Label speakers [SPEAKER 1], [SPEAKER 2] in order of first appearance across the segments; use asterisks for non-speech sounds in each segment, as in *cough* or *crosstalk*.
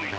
[SPEAKER 1] This
[SPEAKER 2] This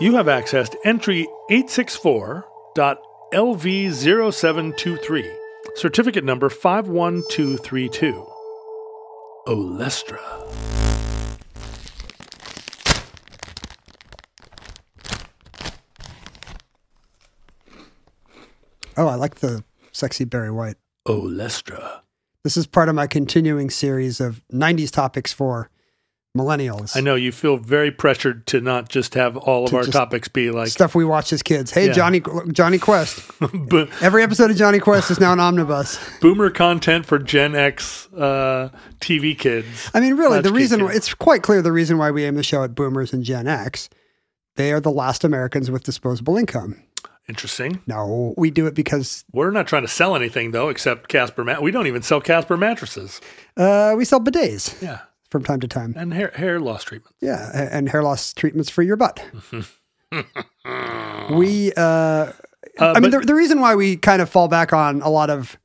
[SPEAKER 3] You have accessed entry 864.LV0723, certificate number 51232. Olestra.
[SPEAKER 4] Oh, I like the sexy Barry White.
[SPEAKER 5] Olestra.
[SPEAKER 4] This is part of my continuing series of 90s topics for millennials.
[SPEAKER 3] I know you feel very pressured to not just have all of
[SPEAKER 4] To
[SPEAKER 3] our
[SPEAKER 4] just
[SPEAKER 3] topics be like
[SPEAKER 4] Stuff we watch as kids. Hey,
[SPEAKER 3] Yeah.
[SPEAKER 4] Johnny Johnny Quest.
[SPEAKER 3] *laughs* bo-
[SPEAKER 4] Every episode of Johnny Quest is now an omnibus.
[SPEAKER 3] boomer content for Gen X uh, TV kids.
[SPEAKER 4] I mean, really, the
[SPEAKER 3] Latchkey
[SPEAKER 4] reason
[SPEAKER 3] kids.
[SPEAKER 4] it's quite clear the reason why we aim the show at boomers and Gen X. They are the last Americans with disposable income.
[SPEAKER 3] Interesting.
[SPEAKER 4] No, we do it because
[SPEAKER 3] We're not trying to sell anything though, except Casper. Mat- we don't even sell Casper mattresses.
[SPEAKER 4] uh, we sell bidets
[SPEAKER 3] Yeah,
[SPEAKER 4] from time to time.
[SPEAKER 3] and hair hair loss treatment.
[SPEAKER 4] Yeah, a- and hair loss treatments for your butt. we, uh, I mean,
[SPEAKER 3] but-
[SPEAKER 4] the, the reason why we kind of fall back on a lot of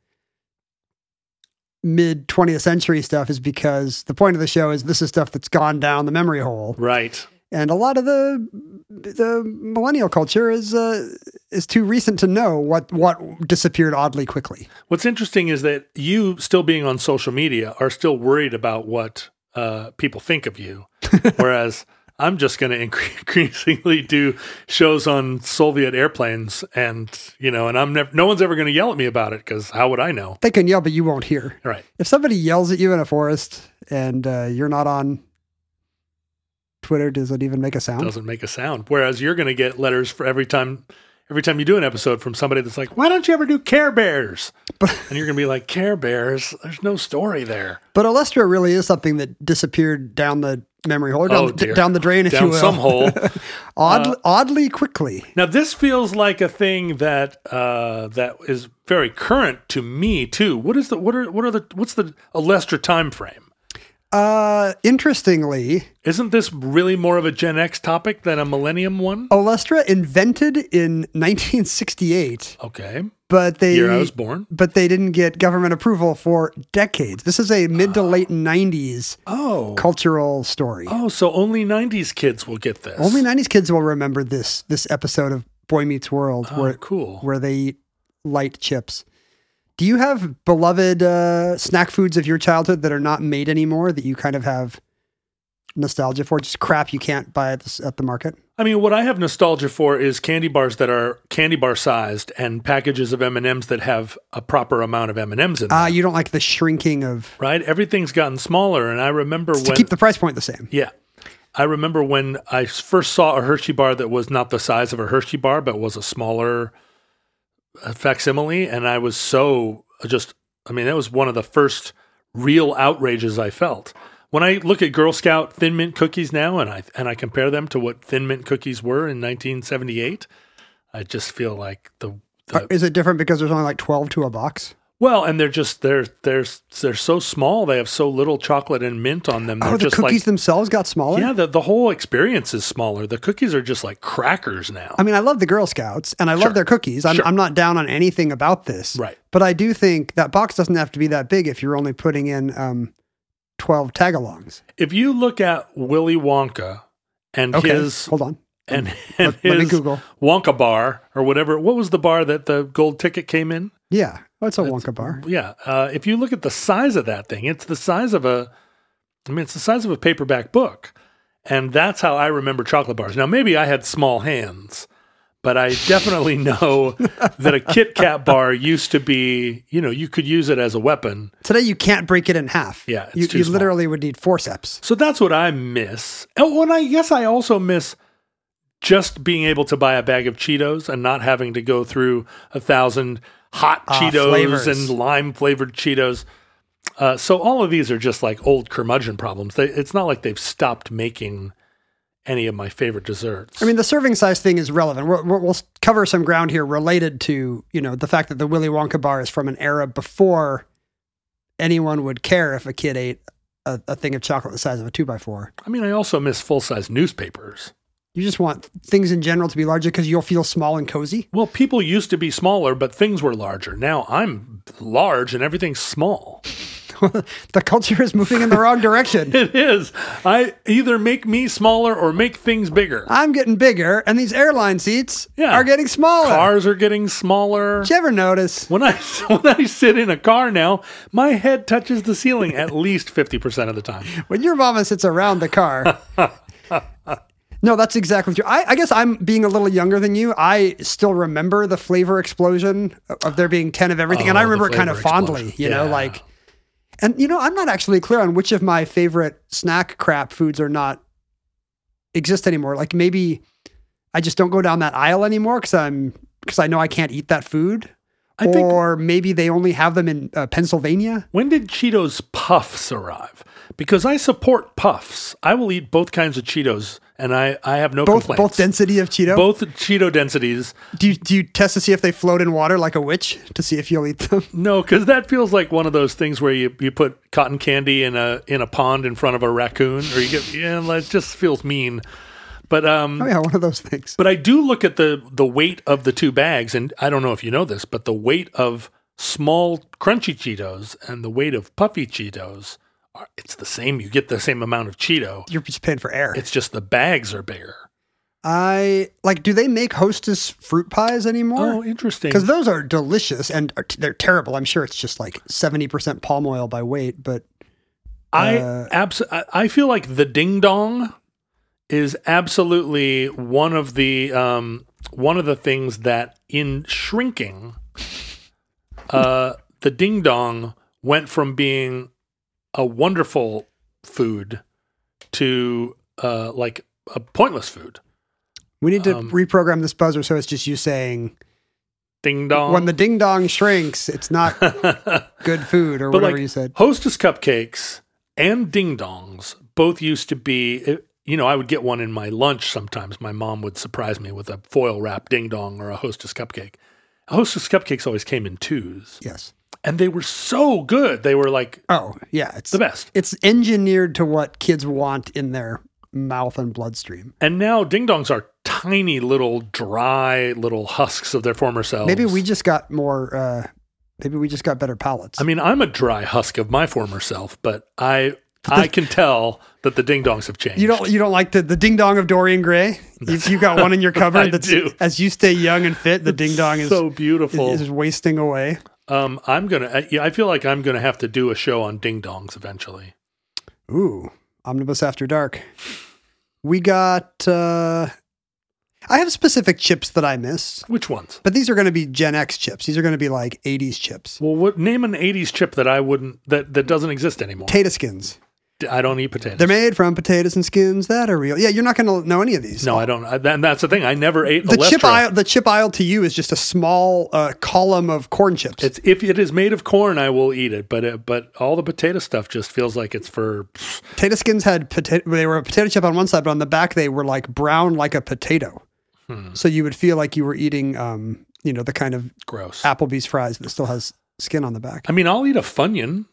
[SPEAKER 4] mid 20th century stuff is because the point of the show is this is stuff that's gone down the memory hole.
[SPEAKER 3] Right.
[SPEAKER 4] and a lot of the the millennial culture is uh, is too recent to know what what disappeared oddly quickly.
[SPEAKER 3] What's interesting is that you, still being on social media, are still worried about what uh, people think of
[SPEAKER 4] *laughs*
[SPEAKER 3] you, whereas I'm just going to *laughs* increasingly do shows on Soviet airplanes, and you know, and I'm never, no one's ever going to yell at me about it because how would I know?
[SPEAKER 4] They can yell, but you won't hear.
[SPEAKER 3] All right.
[SPEAKER 4] If somebody yells at you in a forest and uh, you're not on Twitter, does it even make a sound?
[SPEAKER 3] Doesn't make a sound. Whereas you're going to get letters for every time, every time you do an episode from somebody that's like, "Why don't you ever do Care Bears?" and you're going to be like, "Care Bears? There's no story there."
[SPEAKER 4] But Alestra really is something that disappeared down the memory hole, or down,
[SPEAKER 3] Oh,
[SPEAKER 4] the- d-
[SPEAKER 3] dear.
[SPEAKER 4] down the drain, if
[SPEAKER 3] Down
[SPEAKER 4] you will.
[SPEAKER 3] some hole.
[SPEAKER 4] *laughs*
[SPEAKER 3] Uh,
[SPEAKER 4] Oddly, oddly quickly.
[SPEAKER 3] Now this feels like a thing that uh, that is very current to me too. What is the what are what are the what's the Alestra time frame?
[SPEAKER 4] Uh, interestingly,
[SPEAKER 3] Isn't this really more of a Gen X topic than a Millennium one?
[SPEAKER 4] Olestra invented in 1968,
[SPEAKER 3] Okay,
[SPEAKER 4] but they
[SPEAKER 3] year I was born.
[SPEAKER 4] but they didn't get government approval for decades. This is a mid to late 90s
[SPEAKER 3] Oh,
[SPEAKER 4] cultural story.
[SPEAKER 3] Ah. oh, so only '90s kids will get this.
[SPEAKER 4] Only 90s kids will remember this this episode of Boy Meets World
[SPEAKER 3] Oh,
[SPEAKER 4] where
[SPEAKER 3] cool.
[SPEAKER 4] where they eat light chips. Do you have beloved uh, snack foods of your childhood that are not made anymore that you kind of have nostalgia for? Just crap you can't buy at the, s- at the market.
[SPEAKER 3] I mean, what I have nostalgia for is candy bars that are candy bar sized and packages of M and M's that have a proper amount of M and M's in them.
[SPEAKER 4] Ah, you don't like the shrinking of
[SPEAKER 3] right? Everything's gotten smaller, and I remember
[SPEAKER 4] to
[SPEAKER 3] when
[SPEAKER 4] keep the price point the same.
[SPEAKER 3] Yeah. I remember when I first saw a Hershey bar that was not the size of a Hershey bar, but was a smaller uh, facsimile. And I was so uh, just, I mean, that was one of the first real outrages I felt. When I look at Girl Scout Thin Mint cookies now and I, and I compare them to what Thin Mint cookies were in 1978, I just feel like the, the
[SPEAKER 4] Are- Is it different because there's only like 12 to a box?
[SPEAKER 3] well, and they're just they're they're they're so small. They have so little chocolate and mint on them. They're
[SPEAKER 4] Oh, the
[SPEAKER 3] just
[SPEAKER 4] cookies
[SPEAKER 3] like,
[SPEAKER 4] themselves got smaller?
[SPEAKER 3] Yeah, the, the whole experience is smaller. The cookies are just like crackers now.
[SPEAKER 4] I mean, I love the Girl Scouts and I
[SPEAKER 3] Sure.
[SPEAKER 4] love their cookies. I'm,
[SPEAKER 3] Sure.
[SPEAKER 4] I'm not down on anything about this.
[SPEAKER 3] Right.
[SPEAKER 4] But I do think that box doesn't have to be that big if you're only putting in um, 12 tagalongs.
[SPEAKER 3] if you look at Willy Wonka and
[SPEAKER 4] Okay.
[SPEAKER 3] his
[SPEAKER 4] Hold on.
[SPEAKER 3] and, and
[SPEAKER 4] let me
[SPEAKER 3] his
[SPEAKER 4] Google.
[SPEAKER 3] Wonka bar or whatever. What was the bar that the gold ticket came in?
[SPEAKER 4] Yeah. Oh, it's a Wonka bar.
[SPEAKER 3] Yeah. Uh, if you look at the size of that thing, it's the size of a, I mean, it's the size of a paperback book. And that's how I remember chocolate bars. Now, maybe I had small hands, but I definitely *laughs* know that a Kit Kat bar used to be, you know, you could use it as a weapon.
[SPEAKER 4] Today you can't break it in half.
[SPEAKER 3] Yeah, it's
[SPEAKER 4] you,
[SPEAKER 3] too
[SPEAKER 4] you
[SPEAKER 3] small.
[SPEAKER 4] literally would need forceps.
[SPEAKER 3] So that's what I miss. Oh, and I guess I also miss just being able to buy a bag of Cheetos and not having to go through a thousand hot
[SPEAKER 4] Ah,
[SPEAKER 3] Cheetos
[SPEAKER 4] flavors.
[SPEAKER 3] and lime flavored Cheetos. Uh, so all of these are just like old curmudgeon problems. They, it's not like they've stopped making any of my favorite desserts.
[SPEAKER 4] I mean, the serving size thing is relevant. We'll, we'll we'll cover some ground here related to you know the fact that the Willy Wonka bar is from an era before anyone would care if a kid ate a, a thing of chocolate the size of a two by four.
[SPEAKER 3] I mean, I also miss full size newspapers.
[SPEAKER 4] You just want things in general to be larger because you'll feel small and cozy. *laughs*
[SPEAKER 3] Well, people used to be smaller, but things were larger. Now I'm large and everything's small.
[SPEAKER 4] the culture is moving in the wrong direction.
[SPEAKER 3] *laughs* It is. I either make me smaller or make things bigger.
[SPEAKER 4] I'm getting bigger, and these airline seats
[SPEAKER 3] Yeah.
[SPEAKER 4] are getting smaller.
[SPEAKER 3] Cars are getting smaller.
[SPEAKER 4] Did you ever notice?
[SPEAKER 3] When I *laughs* when I sit in a car now, my head touches the ceiling at least fifty percent of the time.
[SPEAKER 4] when your mama sits around the
[SPEAKER 3] *laughs*
[SPEAKER 4] car. no, that's exactly true. I, I guess I'm being a little younger than you. I still remember the flavor explosion of there being 10 of everything. and
[SPEAKER 3] Oh,
[SPEAKER 4] I
[SPEAKER 3] the
[SPEAKER 4] remember it kind of
[SPEAKER 3] flavor
[SPEAKER 4] fondly,
[SPEAKER 3] explosion.
[SPEAKER 4] you know,
[SPEAKER 3] Yeah.
[SPEAKER 4] like, and you know, I'm not actually clear on which of my favorite snack crap foods are not exist anymore. Like maybe I just don't go down that aisle anymore because I'm, because I know I can't eat that food.
[SPEAKER 3] I think-
[SPEAKER 4] or maybe they only have them in uh, Pennsylvania.
[SPEAKER 3] When did Cheetos puffs arrive? Because I support puffs. I will eat both kinds of Cheetos, and I I have no
[SPEAKER 4] Both
[SPEAKER 3] complaints.
[SPEAKER 4] both density of Cheeto.
[SPEAKER 3] both Cheeto densities.
[SPEAKER 4] Do you, do you test to see if they float in water like a witch to see if you'll eat them?
[SPEAKER 3] No, because that feels like one of those things where you, you put cotton candy in a in a pond in front of a raccoon, or you get yeah, like, it just feels mean. But
[SPEAKER 4] *laughs*
[SPEAKER 3] um,
[SPEAKER 4] Oh yeah, one of those things.
[SPEAKER 3] But I do look at the the weight of the two bags, and I don't know if you know this, but the weight of small crunchy Cheetos and the weight of puffy Cheetos are it's the same. You get the same amount of Cheeto.
[SPEAKER 4] You're just paying for air.
[SPEAKER 3] It's just the bags are bigger.
[SPEAKER 4] I like. Do they make Hostess fruit pies
[SPEAKER 3] Oh,
[SPEAKER 4] anymore?
[SPEAKER 3] interesting.
[SPEAKER 4] Because those are delicious and are t- they're terrible. I'm sure it's just like seventy percent palm oil by weight, but
[SPEAKER 3] I
[SPEAKER 4] uh,
[SPEAKER 3] abs- I- I feel like the ding dong is absolutely one of the um, one of the things that in shrinking, uh, the ding dong went from being a wonderful food to uh, like a pointless food.
[SPEAKER 4] we need to
[SPEAKER 3] Um,
[SPEAKER 4] reprogram this buzzer so it's just you saying
[SPEAKER 3] Ding dong.
[SPEAKER 4] when the ding dong shrinks, it's
[SPEAKER 3] *laughs*
[SPEAKER 4] not good food or
[SPEAKER 3] But
[SPEAKER 4] whatever
[SPEAKER 3] like,
[SPEAKER 4] you said.
[SPEAKER 3] Hostess cupcakes and ding dongs both used to be. eh, You know, I would get one in my lunch sometimes. My mom would surprise me with a foil wrap ding dong or a Hostess cupcake. Hostess cupcakes always came in twos,
[SPEAKER 4] Yes.
[SPEAKER 3] and they were so good. They were like
[SPEAKER 4] Oh yeah, it's
[SPEAKER 3] the best.
[SPEAKER 4] It's engineered to what kids want in their mouth and bloodstream.
[SPEAKER 3] And now ding dongs are tiny little dry little husks of their former selves.
[SPEAKER 4] Maybe we just got more. Uh, maybe we just got better palates.
[SPEAKER 3] I mean, I'm a dry husk of my former self, but I I can tell that the ding dongs have changed.
[SPEAKER 4] you don't. You don't like the, the ding dong of Dorian
[SPEAKER 3] *laughs*
[SPEAKER 4] Gray. You, you got one in your
[SPEAKER 3] I
[SPEAKER 4] cupboard. that's
[SPEAKER 3] do.
[SPEAKER 4] as you stay young and fit. The ding dong is,
[SPEAKER 3] so
[SPEAKER 4] is
[SPEAKER 3] beautiful.
[SPEAKER 4] is wasting away.
[SPEAKER 3] Um, I'm gonna. I, yeah, I feel like I'm gonna have to do a show on ding dongs eventually.
[SPEAKER 4] Ooh, omnibus after dark. We got. Uh, I have specific chips that I miss,
[SPEAKER 3] Which ones?
[SPEAKER 4] but these are going to be Gen X chips. These are going to be like '80s chips.
[SPEAKER 3] Well, what name an '80s chip that I wouldn't that that doesn't exist anymore?
[SPEAKER 4] Potato skins.
[SPEAKER 3] D- I don't eat potatoes.
[SPEAKER 4] They're made from potatoes and skins that are real. Yeah, you're not going to know any of these.
[SPEAKER 3] no, I don't. I, that, that's the thing. I never ate
[SPEAKER 4] the chip
[SPEAKER 3] Alestra.
[SPEAKER 4] aisle. The chip aisle to you is just a small uh, column of corn chips.
[SPEAKER 3] It's if it is made of corn, I will eat it. But it, but all the potato stuff just feels like it's for.
[SPEAKER 4] potato skins had potato. They were a potato chip on one side, but on the back they were like brown, like a potato.
[SPEAKER 3] Hmm.
[SPEAKER 4] So you would feel like you were eating, um, you know, the kind of
[SPEAKER 3] Gross.
[SPEAKER 4] Applebee's fries that still has skin on the back.
[SPEAKER 3] I mean, I'll eat a funyun.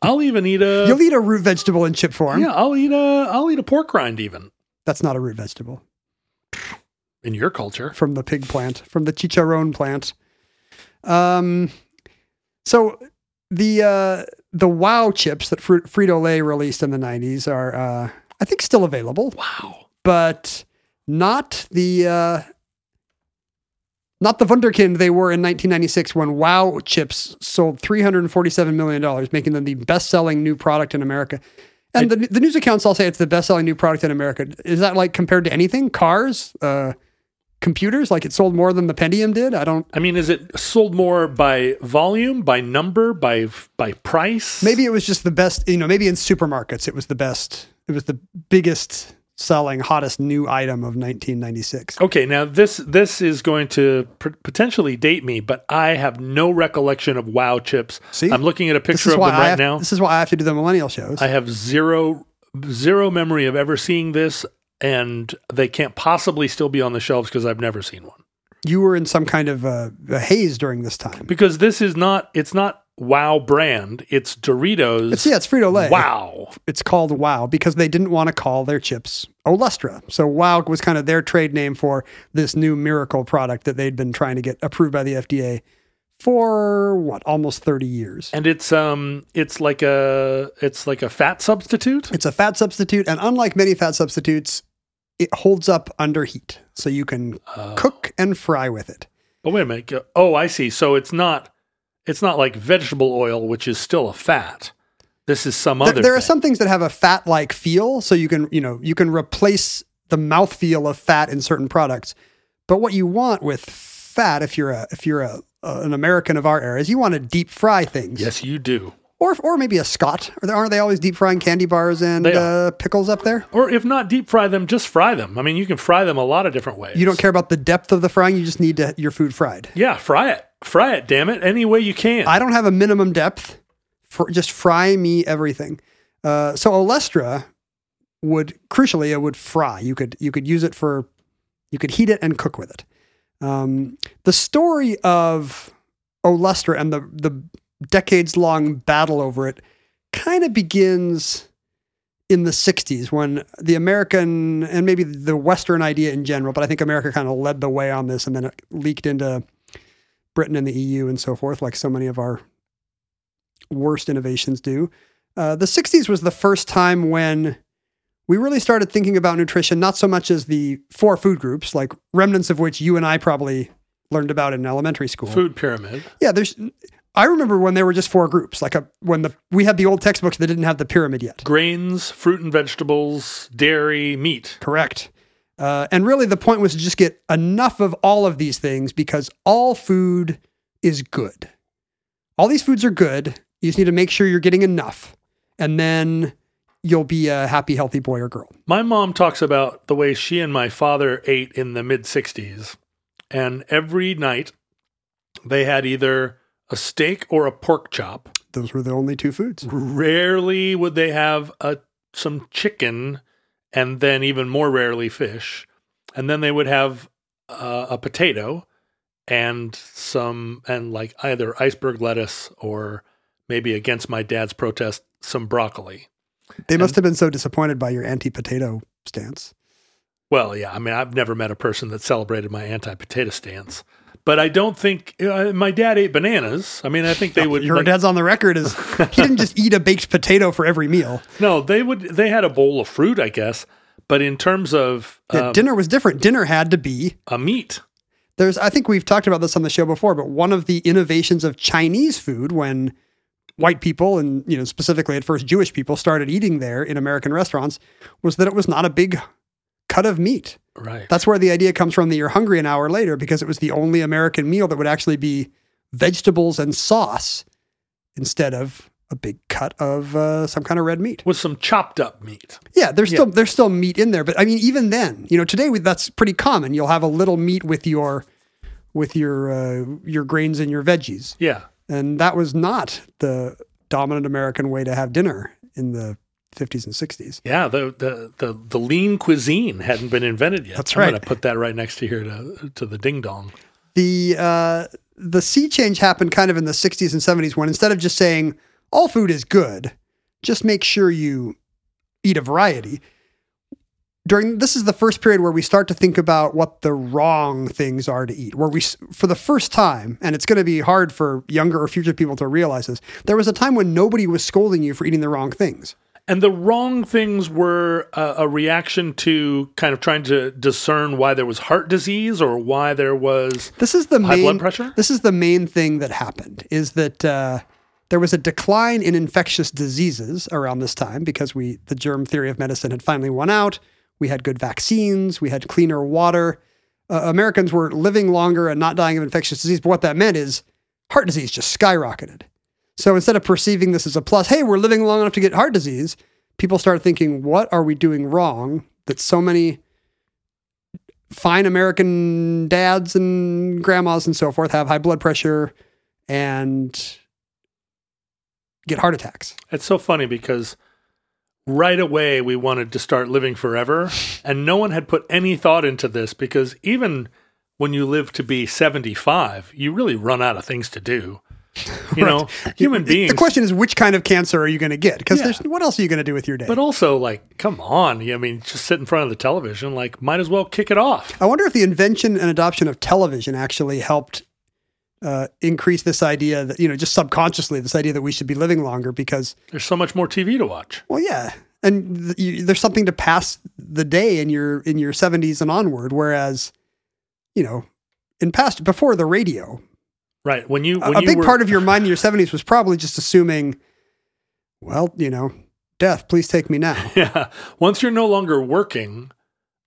[SPEAKER 3] I'll even eat a.
[SPEAKER 4] You'll eat a root vegetable in chip form.
[SPEAKER 3] Uh, yeah, I'll eat a. I'll eat a pork rind even
[SPEAKER 4] That's not a root vegetable
[SPEAKER 3] in your culture.
[SPEAKER 4] from the pig plant, from the chicharron plant. Um, so the uh, the Wow chips that Fr- Frito Lay released in the '90s are, uh, I think, still available.
[SPEAKER 3] Wow.
[SPEAKER 4] but not the uh, not the wunderkind they were in 1996 when Wow chips sold 347 million dollars, making them the best-selling new product in America. And the, the news accounts all say it's the best-selling new product in America. Is that like compared to anything? Cars, uh, computers? Like it sold more than the Pentium did? I don't.
[SPEAKER 3] I mean, is it sold more by volume, by number, by by price?
[SPEAKER 4] Maybe it was just the best. You know, maybe in supermarkets it was the best. It was the biggest selling, hottest new item of 1996.
[SPEAKER 3] Okay, now this this is going to p- potentially date me, but I have no recollection of Wow chips.
[SPEAKER 4] See?
[SPEAKER 3] I'm looking at a
[SPEAKER 4] This
[SPEAKER 3] picture
[SPEAKER 4] is
[SPEAKER 3] of them
[SPEAKER 4] why I
[SPEAKER 3] right
[SPEAKER 4] have,
[SPEAKER 3] now.
[SPEAKER 4] This is why I have to do the millennial shows.
[SPEAKER 3] I have zero zero memory of ever seeing this, and they can't possibly still be on the shelves because I've never seen one.
[SPEAKER 4] you were in some kind of uh, a haze during this time.
[SPEAKER 3] Because this is not it's not Wow brand. It's Doritos.
[SPEAKER 4] It's yeah, it's Frito Lay.
[SPEAKER 3] Wow.
[SPEAKER 4] It's called Wow because they didn't want to call their chips Olustra. So Wow was kind of their trade name for this new miracle product that they'd been trying to get approved by the FDA for what almost 30 years.
[SPEAKER 3] And it's um it's like a it's like a fat substitute.
[SPEAKER 4] It's a fat substitute, and unlike many fat substitutes, it holds up under heat, so you can
[SPEAKER 3] Oh.
[SPEAKER 4] cook and fry with it.
[SPEAKER 3] But wait a minute. Oh, I see. So it's not it's not like vegetable oil, which is still a fat. This is some
[SPEAKER 4] There,
[SPEAKER 3] other.
[SPEAKER 4] there are
[SPEAKER 3] thing.
[SPEAKER 4] some things that have a fat-like feel, so you can you know you can replace the mouthfeel of fat in certain products. But what you want with fat, if you're a if you're a, a an American of our era, is you want to deep fry things,
[SPEAKER 3] Yes, you do.
[SPEAKER 4] or or maybe a Scot. Are there- Aren't they always deep frying candy bars and
[SPEAKER 3] They
[SPEAKER 4] uh, pickles up there?
[SPEAKER 3] Or if not deep fry them, just fry them. I mean, you can fry them a lot of different ways.
[SPEAKER 4] You don't care about the depth of the frying; you just need to, your food fried.
[SPEAKER 3] Yeah, fry it. Fry it. Damn it. Any way you can.
[SPEAKER 4] I don't have a minimum depth. For, just fry me everything. Uh, so Olestra would crucially it would fry. You could you could use it for you could heat it and cook with it. Um, the story of Olestra and the the decades long battle over it kind of begins in the 60s when the American and maybe the Western idea in general, but I think America kind of led the way on this and then it leaked into Britain and the EU and so forth, like so many of our worst innovations do. Uh, the 60s was the first time when we really started thinking about nutrition, not so much as the four food groups, like remnants of which you and I probably learned about in elementary school.
[SPEAKER 3] Food pyramid.
[SPEAKER 4] Yeah, there's. I remember when there were just four groups, like a, when the we had the old textbooks that didn't have the pyramid yet.
[SPEAKER 3] Grains, fruit and vegetables, dairy, meat.
[SPEAKER 4] Correct. Uh, and really, the point was to just get enough of all of these things because all food is good. All these foods are good. You just need to make sure you're getting enough, and then you'll be a happy, healthy boy or girl.
[SPEAKER 3] My mom talks about the way she and my father ate in the mid 60s. And every night they had either a steak or a pork chop.
[SPEAKER 4] Those were the only two foods.
[SPEAKER 3] rarely would they have a some chicken and then even more rarely fish and then they would have uh, a potato and some and like either iceberg lettuce or maybe against my dad's protest some broccoli
[SPEAKER 4] They must have been so disappointed by your anti-potato stance.
[SPEAKER 3] well yeah i mean i've never met a person that celebrated my anti-potato stance but i don't think uh, my dad ate bananas i mean i
[SPEAKER 4] *laughs*
[SPEAKER 3] think they would
[SPEAKER 4] Your
[SPEAKER 3] like-
[SPEAKER 4] dad's on the record as he didn't
[SPEAKER 3] *laughs*
[SPEAKER 4] just eat a baked potato for every meal.
[SPEAKER 3] no they would they had a bowl of fruit i guess but in terms of
[SPEAKER 4] Yeah,
[SPEAKER 3] um,
[SPEAKER 4] dinner was different. Dinner had to be
[SPEAKER 3] a meat
[SPEAKER 4] there's I think we've talked about this on the show before, but one of the innovations of Chinese food when white people and you know specifically at first Jewish people started eating there in American restaurants was that it was not a big cut of meat.
[SPEAKER 3] Right.
[SPEAKER 4] That's where the idea comes from that you're hungry an hour later because it was the only American meal that would actually be vegetables and sauce instead of a big cut of uh, some kind of red meat.
[SPEAKER 3] With some chopped up meat.
[SPEAKER 4] Yeah, there's still there's still meat in there, but I mean, even then, you know, today we, that's pretty common. You'll have a little meat with your with your uh, your grains and your veggies,
[SPEAKER 3] Yeah.
[SPEAKER 4] and that was not the dominant American way to have dinner in the 50s and 60s.
[SPEAKER 3] Yeah. The, the, the, the lean cuisine hadn't been invented yet.
[SPEAKER 4] That's
[SPEAKER 3] I'm
[SPEAKER 4] right.
[SPEAKER 3] going to put that right next to here to, to the ding dong.
[SPEAKER 4] The uh, the sea change happened kind of in the 60s and 70s when instead of just saying all food is good, just make sure you eat a variety. During this is the first period where we start to think about what the wrong things are to eat. Where we, s- for the first time, and it's going to be hard for younger or future people to realize this, there was a time when nobody was scolding you for eating the wrong things.
[SPEAKER 3] And the wrong things were uh, a reaction to kind of trying to discern why there was heart disease or why there was
[SPEAKER 4] This is the
[SPEAKER 3] High
[SPEAKER 4] main
[SPEAKER 3] blood pressure?
[SPEAKER 4] This is the main thing that happened is that uh, there was a decline in infectious diseases around this time because we the germ theory of medicine had finally won out. We had good vaccines, we had cleaner water. Uh, Americans were living longer and not dying of infectious disease, but what that meant is heart disease just skyrocketed. So instead of perceiving this as a plus, hey, we're living long enough to get heart disease, people start thinking, what are we doing wrong that so many fine American dads and grandmas and so forth have high blood pressure and get heart attacks.
[SPEAKER 3] It's so funny because right away we wanted to start living forever, and no one had put any thought into this because even when you live to be 75, you really run out of things to do. You know, human beings.
[SPEAKER 4] The question is, which kind of cancer are you going to get? Because
[SPEAKER 3] Yeah.
[SPEAKER 4] there's what else are you going to do with your day?
[SPEAKER 3] but also, like, come on. I mean, just sit in front of the television, like, might as well kick it off.
[SPEAKER 4] I wonder if the invention and adoption of television actually helped uh, increase this idea that, you know, just subconsciously, this idea that we should be living longer because
[SPEAKER 3] There's so much more TV to watch.
[SPEAKER 4] Well, yeah, and th- you, there's something to pass the day in your in your 70s and onward. Whereas, you know, in past before the radio,
[SPEAKER 3] Right. When you,
[SPEAKER 4] a,
[SPEAKER 3] when
[SPEAKER 4] a
[SPEAKER 3] you
[SPEAKER 4] big
[SPEAKER 3] were-
[SPEAKER 4] part of your mind in your 70s was probably just assuming, well, you know, death, please take me now.
[SPEAKER 3] Yeah. Once you're no longer working,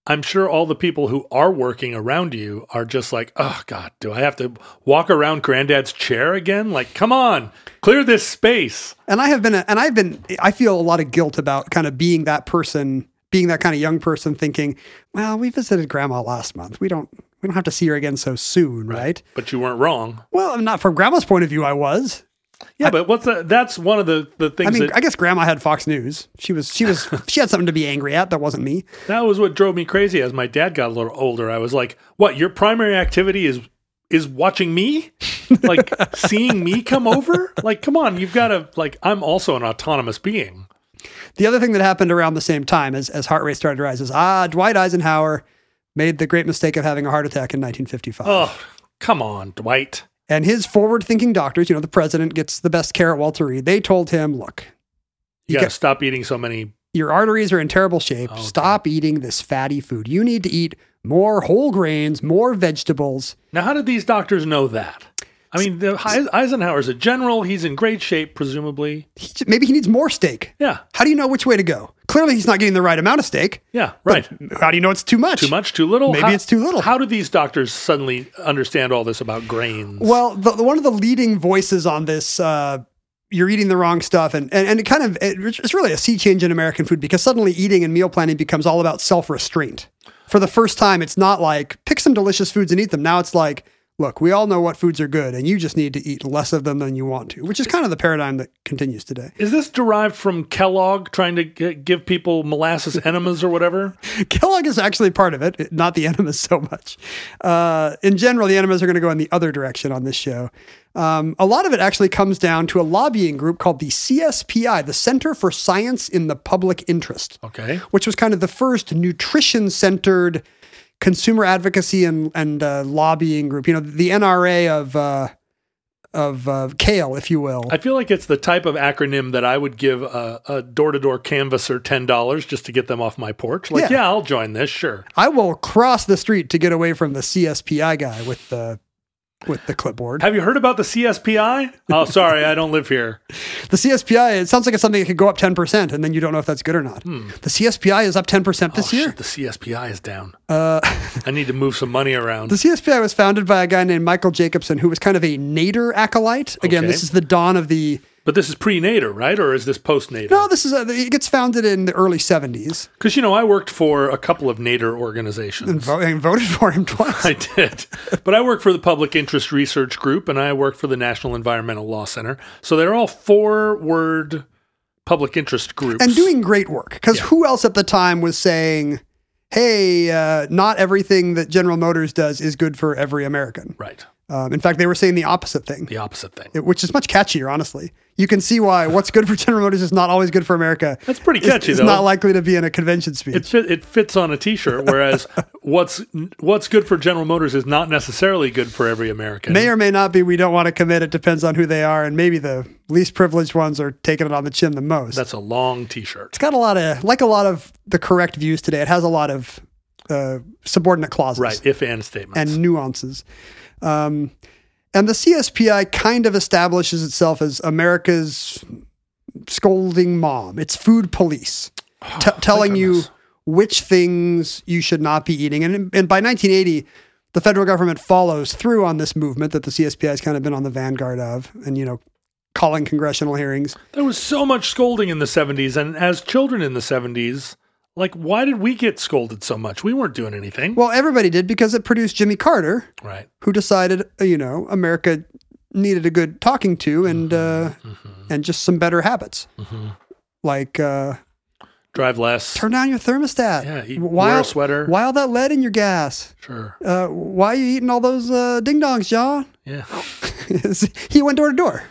[SPEAKER 3] I'm sure all the people who are working around you are just like, oh, God, do I have to walk around granddad's chair again? Like, come on, clear this space.
[SPEAKER 4] and I have been, a, and I've been, I feel a lot of guilt about kind of being that person, being that kind of young person, thinking, well, we visited grandma last month. We don't, we don't have to see her again so soon, right?
[SPEAKER 3] But you weren't wrong.
[SPEAKER 4] Well, not from grandma's point of view, I was.
[SPEAKER 3] Yeah, but what's the, that's one of the, the things
[SPEAKER 4] I mean,
[SPEAKER 3] that,
[SPEAKER 4] I guess grandma had Fox News. She was she
[SPEAKER 3] *laughs*
[SPEAKER 4] was she had something to be angry at. That wasn't me.
[SPEAKER 3] that was what drove me crazy as my dad got a little older. I was like, what, your primary activity is, is watching me?
[SPEAKER 4] *laughs*
[SPEAKER 3] like seeing me come over? Like, come on, you've got to, like, I'm also an autonomous being.
[SPEAKER 4] The other thing that happened around the same time as as heart rate started to rise is ah, Dwight Eisenhower made the great mistake of having a heart attack in 1955.
[SPEAKER 3] Oh, come on, Dwight.
[SPEAKER 4] And his forward-thinking doctors, you know, the president gets the best care at Walter Reed. They told him, "Look,
[SPEAKER 3] You,
[SPEAKER 4] You
[SPEAKER 3] gotta
[SPEAKER 4] ca-
[SPEAKER 3] stop eating so many.
[SPEAKER 4] your arteries are in terrible shape.
[SPEAKER 3] Oh,
[SPEAKER 4] Stop eating this fatty food. You need to eat more whole grains, more vegetables."
[SPEAKER 3] Now, how did these doctors know that? I mean, the Hei- Eisenhower's a general. He's in great shape, presumably.
[SPEAKER 4] He, j- maybe he needs more steak.
[SPEAKER 3] Yeah,
[SPEAKER 4] How do you know which way to go? Clearly, he's not getting the right amount of steak.
[SPEAKER 3] yeah, right.
[SPEAKER 4] How do you know it's too much?
[SPEAKER 3] too much, too little.
[SPEAKER 4] Maybe
[SPEAKER 3] How-
[SPEAKER 4] it's too little.
[SPEAKER 3] How do these doctors suddenly understand all this about grains?
[SPEAKER 4] Well, the, the- one of the leading voices on this, uh, you're eating the wrong stuff, and and, and it kind of it, it's really a sea change in American food because suddenly eating and meal planning becomes all about self restraint. For the first time, it's not like pick some delicious foods and eat them. Now it's like, look, we all know what foods are good, and you just need to eat less of them than you want to, which is kind of the paradigm that continues today.
[SPEAKER 3] is this derived from Kellogg trying to g- give
[SPEAKER 4] *laughs*
[SPEAKER 3] people molasses enemas or whatever?
[SPEAKER 4] Kellogg is actually part of it, not the *laughs* enemas so much. Uh, in general, the enemas are going to go in the other direction on this show. Um, a lot of it actually comes down to a lobbying group called the CSPI, the Center for Science in the Public Interest,
[SPEAKER 3] Okay.
[SPEAKER 4] which was kind of the first nutrition centered consumer advocacy and, and uh, lobbying group. You know, the NRA of. Uh, of uh, kale, if you will.
[SPEAKER 3] I feel like it's the type of acronym that I would give a, a door-to-door canvasser ten dollars just to get them off my porch. Like,
[SPEAKER 4] Yeah.
[SPEAKER 3] yeah, I'll join this. Sure.
[SPEAKER 4] I will cross the street to get away from the CSPI guy with the with the clipboard.
[SPEAKER 3] Have you heard about the CSPI? Oh, sorry, I don't live here.
[SPEAKER 4] The CSPI, it sounds like it's something that could go up 10%, and then you don't know if that's good or not. The CSPI is up 10% this
[SPEAKER 3] Oh,
[SPEAKER 4] year. Uh,
[SPEAKER 3] shit, the CSPI is down. I need to move some money around.
[SPEAKER 4] The CSPI was founded by a guy named Michael Jacobson, who was kind of a Nader acolyte. Again,
[SPEAKER 3] Okay.
[SPEAKER 4] this is the dawn of the.
[SPEAKER 3] but this is pre-Nader, right? Or is this post-Nader?
[SPEAKER 4] No, this is. A, it gets founded in the early 70s
[SPEAKER 3] Because, you know, I worked for a couple of Nader organizations.
[SPEAKER 4] and, vo- and voted for him twice.
[SPEAKER 3] I did. but I work for the Public Interest Research Group and I work for the National Environmental Law Center. So they're all four-word public interest
[SPEAKER 4] *laughs*
[SPEAKER 3] groups.
[SPEAKER 4] and doing great work. Because who else at the time was saying, hey, uh, not everything that General Motors does is good for every American?
[SPEAKER 3] Right.
[SPEAKER 4] Um, in fact, they were saying the opposite thing,
[SPEAKER 3] The opposite thing.
[SPEAKER 4] it- which is much catchier, honestly. You can see why what's good for *laughs* General Motors is not always good for America.
[SPEAKER 3] That's pretty
[SPEAKER 4] It's-
[SPEAKER 3] catchy,
[SPEAKER 4] it's
[SPEAKER 3] though.
[SPEAKER 4] not likely to be in a convention speech.
[SPEAKER 3] It fit, it fits on a
[SPEAKER 4] *laughs*
[SPEAKER 3] T-shirt, whereas what's what's good for General Motors is not necessarily good for every American.
[SPEAKER 4] may or may not be. We don't want to commit. It depends on who they are, and maybe the least privileged ones are taking it on the chin the most.
[SPEAKER 3] That's a long T-shirt.
[SPEAKER 4] it's got a lot of like a lot of the correct views today. It has a lot of uh, subordinate clauses,
[SPEAKER 3] Right, if and statements.
[SPEAKER 4] and nuances. Um, and the CSPI kind of establishes itself as America's scolding mom. It's food police, t- telling you
[SPEAKER 3] goodness.
[SPEAKER 4] which things you should not be eating. And, and by 1980, the federal government follows through on this movement that the CSPI has kind of been on the vanguard of, and you know, calling congressional hearings.
[SPEAKER 3] there was so much scolding in the 70s, and as children in the 70s, like why did we get scolded so much? We weren't doing anything.
[SPEAKER 4] Well, everybody did because it produced Jimmy Carter,
[SPEAKER 3] right.
[SPEAKER 4] who decided, uh, you know, America needed a good talking to and
[SPEAKER 3] Mm-hmm.
[SPEAKER 4] uh, and just some better habits, like uh,
[SPEAKER 3] Drive less.
[SPEAKER 4] turn down your thermostat.
[SPEAKER 3] Yeah, eat-
[SPEAKER 4] W-
[SPEAKER 3] wear a sweater.
[SPEAKER 4] Why all that lead in your gas?
[SPEAKER 3] sure.
[SPEAKER 4] Uh, why are you eating all those uh, ding dongs, John?
[SPEAKER 3] Yeah.
[SPEAKER 4] *laughs* he went door to door.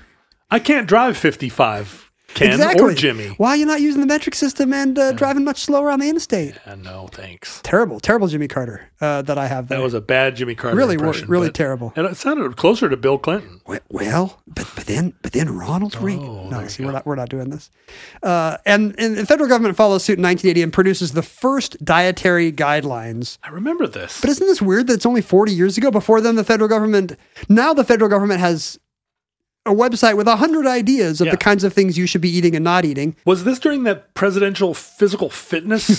[SPEAKER 3] I can't drive 55, Ken or Jimmy.
[SPEAKER 4] Why are you not using the metric system and uh, driving much slower on the interstate?
[SPEAKER 3] Yeah, no, thanks.
[SPEAKER 4] Terrible, terrible Jimmy Carter uh, that I have there.
[SPEAKER 3] That was a bad Jimmy Carter
[SPEAKER 4] Really wor-
[SPEAKER 3] impression.
[SPEAKER 4] really
[SPEAKER 3] but-
[SPEAKER 4] terrible.
[SPEAKER 3] And it sounded closer to Bill Clinton.
[SPEAKER 4] Wh- Well, but but then but then Ronald Reagan. no,
[SPEAKER 3] Oh, there
[SPEAKER 4] see,
[SPEAKER 3] you
[SPEAKER 4] we're
[SPEAKER 3] go.
[SPEAKER 4] not we're not doing this. Uh, and and the federal government follows suit in 1980 and produces the first dietary guidelines.
[SPEAKER 3] I remember this.
[SPEAKER 4] But isn't this weird that it's only 40 years ago? Before then, the federal government now the federal government has a website with hundred ideas of
[SPEAKER 3] Yeah.
[SPEAKER 4] the kinds of things you should be eating and not eating.
[SPEAKER 3] Was this during that presidential physical fitness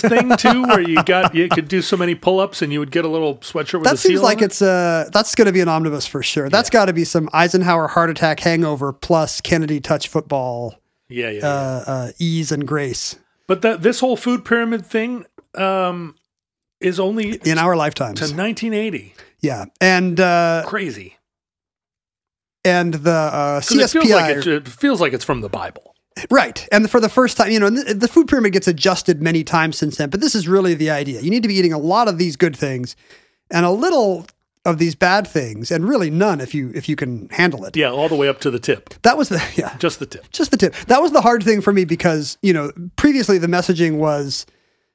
[SPEAKER 4] *laughs*
[SPEAKER 3] thing too, where you got you could do so many pull-ups and you would get a little sweatshirt with
[SPEAKER 4] That
[SPEAKER 3] a seal
[SPEAKER 4] seems like
[SPEAKER 3] on it?
[SPEAKER 4] it's uh that's going to be an omnibus for sure. That's got to be some Eisenhower heart attack hangover plus Kennedy touch football
[SPEAKER 3] Yeah, yeah.
[SPEAKER 4] uh,
[SPEAKER 3] yeah.
[SPEAKER 4] uh, ease and grace
[SPEAKER 3] but that this whole food pyramid thing um, is only to
[SPEAKER 4] in our lifetimes.
[SPEAKER 3] 1980.
[SPEAKER 4] Yeah, and uh,
[SPEAKER 3] Crazy.
[SPEAKER 4] and the uh,
[SPEAKER 3] 'Cause It feels, like
[SPEAKER 4] CSPI,
[SPEAKER 3] it, it feels like it's from the Bible.
[SPEAKER 4] right? And for the first time, you know, the, the food pyramid gets adjusted many times since then. But this is really the idea: you need to be eating a lot of these good things, and a little of these bad things, and really none if you if you can handle it.
[SPEAKER 3] Yeah, all the way up to the tip.
[SPEAKER 4] That was the *laughs* yeah,
[SPEAKER 3] Just the tip.
[SPEAKER 4] just the tip. That was the hard thing for me because you know previously the messaging was,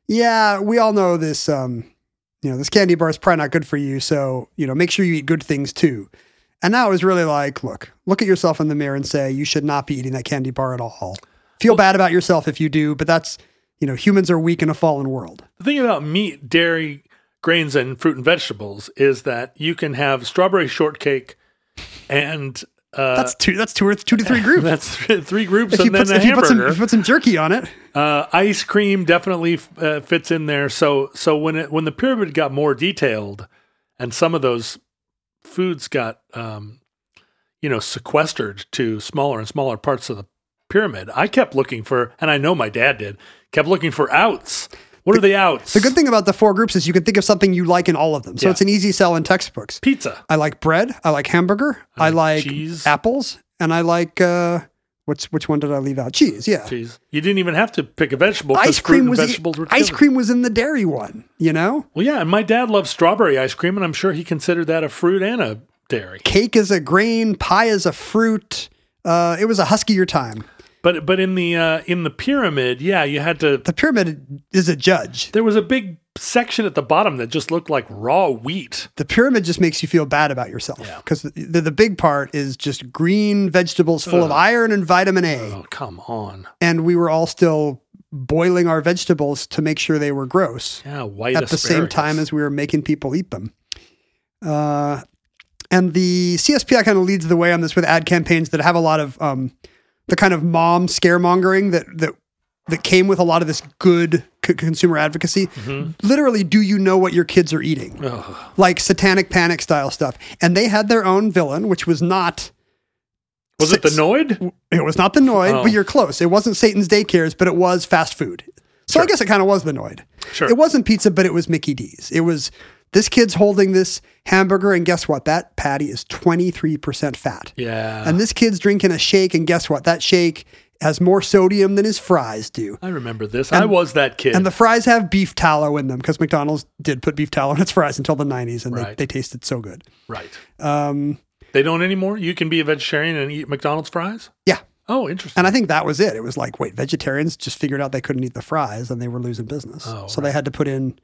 [SPEAKER 4] yeah, we all know this. Um, you know, this candy bar is probably not good for you, so you know, make sure you eat good things too. And now it's really like, look, look at yourself in the mirror and say you should not be eating that candy bar at all. Feel bad about yourself if you do, but that's you know, humans are weak in a fallen world.
[SPEAKER 3] The thing about meat, dairy, grains, and fruit and vegetables is that you can have strawberry shortcake and uh,
[SPEAKER 4] That's two. That's two or two to
[SPEAKER 3] *laughs*
[SPEAKER 4] three groups.
[SPEAKER 3] that's three, three groups
[SPEAKER 4] if you
[SPEAKER 3] and
[SPEAKER 4] put,
[SPEAKER 3] then a
[SPEAKER 4] if you put some, if
[SPEAKER 3] hamburger.
[SPEAKER 4] you put some jerky on it,
[SPEAKER 3] Uh, ice cream definitely uh, fits in there. So so when it when the pyramid got more detailed, and some of those foods got um, you know sequestered to smaller and smaller parts of the pyramid, I kept looking for, and I know my dad did, kept looking for outs. What are the outs?
[SPEAKER 4] the good thing about the four groups is you can think of something you like in all of them. So
[SPEAKER 3] Yeah.
[SPEAKER 4] it's an easy sell in textbooks.
[SPEAKER 3] pizza.
[SPEAKER 4] I like bread. I like hamburger. I, like
[SPEAKER 3] cheese.
[SPEAKER 4] apples, and I like uh, what's which one did I leave out? Cheese. Yeah.
[SPEAKER 3] Jeez, you didn't even have to pick a vegetable. 'cause
[SPEAKER 4] Ice
[SPEAKER 3] fruit
[SPEAKER 4] cream
[SPEAKER 3] and
[SPEAKER 4] was
[SPEAKER 3] vegetables
[SPEAKER 4] the,
[SPEAKER 3] were
[SPEAKER 4] ice
[SPEAKER 3] together.
[SPEAKER 4] cream was in the dairy one. You know,
[SPEAKER 3] Well, yeah, and my dad loves strawberry ice cream, and I'm sure he considered that a fruit and a dairy.
[SPEAKER 4] cake is a grain, pie is a fruit. Uh, it was a huskier time.
[SPEAKER 3] But but in the uh, in the pyramid, yeah, you had to
[SPEAKER 4] The pyramid is a judge.
[SPEAKER 3] There was a big section at the bottom that just looked like raw wheat.
[SPEAKER 4] The pyramid just makes you feel bad about yourself because the, the big part is just green vegetables full of iron and vitamin A,
[SPEAKER 3] Oh, come on.
[SPEAKER 4] and we were all still boiling our vegetables to make sure they were gross.
[SPEAKER 3] Yeah, white
[SPEAKER 4] at the same
[SPEAKER 3] asparagus.
[SPEAKER 4] time as we were making people eat them. Uh, and the CSPI kind of leads the way on this with ad campaigns that have a lot of um, the kind of mom scaremongering that that that came with a lot of this good c- consumer advocacy. Literally, do you know what your kids are eating? Like satanic panic style stuff. And they had their own villain, which was not.
[SPEAKER 3] Was it the Noid?
[SPEAKER 4] It was not the Noid,
[SPEAKER 3] Oh.
[SPEAKER 4] but you're close. It wasn't Satan's daycares, but it was fast food. So I guess it kind of was the Noid.
[SPEAKER 3] Sure.
[SPEAKER 4] It wasn't pizza, but it was Mickey D's. It was this kid's holding this hamburger, and guess what? That patty is 23% fat.
[SPEAKER 3] Yeah.
[SPEAKER 4] And this kid's drinking a shake, and guess what? That shake has more sodium than his fries do.
[SPEAKER 3] I remember this. I was that kid.
[SPEAKER 4] And the fries have beef tallow in them because McDonald's did put beef tallow in its fries until the 90s, and
[SPEAKER 3] Right.
[SPEAKER 4] they, they tasted so good.
[SPEAKER 3] right. They don't anymore. You can be a vegetarian and eat McDonald's fries.
[SPEAKER 4] Yeah.
[SPEAKER 3] Oh, interesting.
[SPEAKER 4] And I think that was it. It was like, wait, vegetarians just figured out they couldn't eat the fries and they were losing business.
[SPEAKER 3] Oh,
[SPEAKER 4] so they had to put in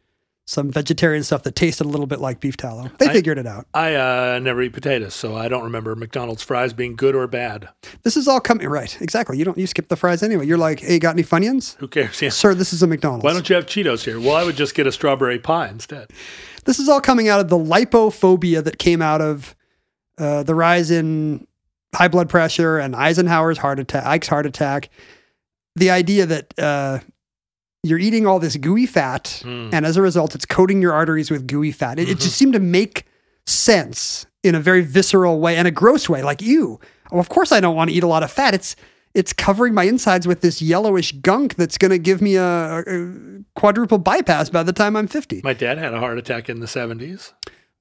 [SPEAKER 4] some vegetarian stuff that tasted a little bit like beef tallow. They
[SPEAKER 3] I-
[SPEAKER 4] figured it out.
[SPEAKER 3] I uh, never eat potatoes, so I don't remember McDonald's fries being good or bad.
[SPEAKER 4] This is all coming right. Exactly. You don't you skip the fries anyway. You're like, hey, got any Funyuns?
[SPEAKER 3] Who cares? Yeah.
[SPEAKER 4] Sir, this is a McDonald's.
[SPEAKER 3] Why don't you have Cheetos here? Well, I would just get a strawberry pie instead.
[SPEAKER 4] this is all coming out of the lipophobia that came out of uh, the rise in high blood pressure and Eisenhower's heart attack, Ike's heart attack. The idea that uh, you're eating all this gooey fat, and as a result, it's coating your arteries with gooey fat. It, it just seemed to make sense in a very visceral way and a gross way. Like, ew, oh, of course I don't want to eat a lot of fat. It's it's covering my insides with this yellowish gunk that's going to give me a, a quadruple bypass by the time I'm 50.
[SPEAKER 3] My dad had a heart attack in the 70s.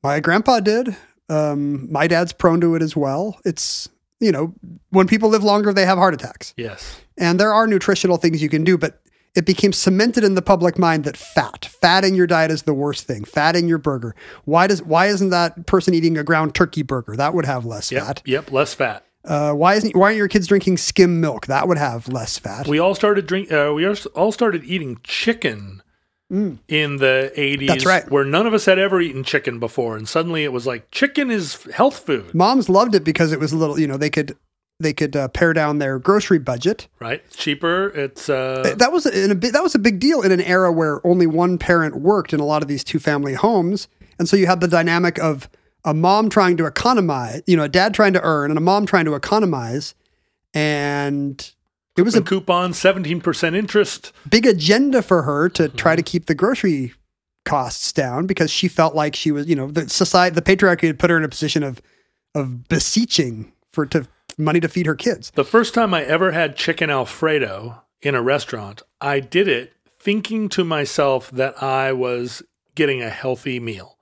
[SPEAKER 4] My grandpa did. Um, my dad's prone to it as well. It's, you know, when people live longer, they have heart attacks.
[SPEAKER 3] Yes.
[SPEAKER 4] And there are nutritional things you can do, but it became cemented in the public mind that fat, fat in your diet is the worst thing. Fat in your burger. Why does why isn't that person eating a ground turkey burger? That would have less
[SPEAKER 3] Yep.
[SPEAKER 4] fat.
[SPEAKER 3] Yep. Less fat.
[SPEAKER 4] Uh, why isn't why aren't your kids drinking skim milk? That would have less fat.
[SPEAKER 3] We all started drink. Uh, we all started eating chicken in the eighties.
[SPEAKER 4] Mm. That's right.
[SPEAKER 3] Where none of us had ever eaten chicken before, and suddenly it was like chicken is health food,
[SPEAKER 4] Moms loved it because it was a little, you know, they could they could uh, pare down their grocery budget.
[SPEAKER 3] right? It's cheaper. It's uh,
[SPEAKER 4] that was in a bi- that was a big deal in an era where only one parent worked in a lot of these two family homes, and so you had the dynamic of a mom trying to economize, you know, a dad trying to earn, and a mom trying to economize, and it was
[SPEAKER 3] it's a
[SPEAKER 4] a
[SPEAKER 3] coupon, seventeen percent interest.
[SPEAKER 4] big agenda for her to try to keep the grocery costs down because she felt like she was, you know, the society, the patriarchy had put her in a position of of beseeching for to money to feed her kids.
[SPEAKER 3] The first time I ever had chicken Alfredo in a restaurant, I did it thinking to myself that I was getting a
[SPEAKER 4] *laughs*
[SPEAKER 3] healthy meal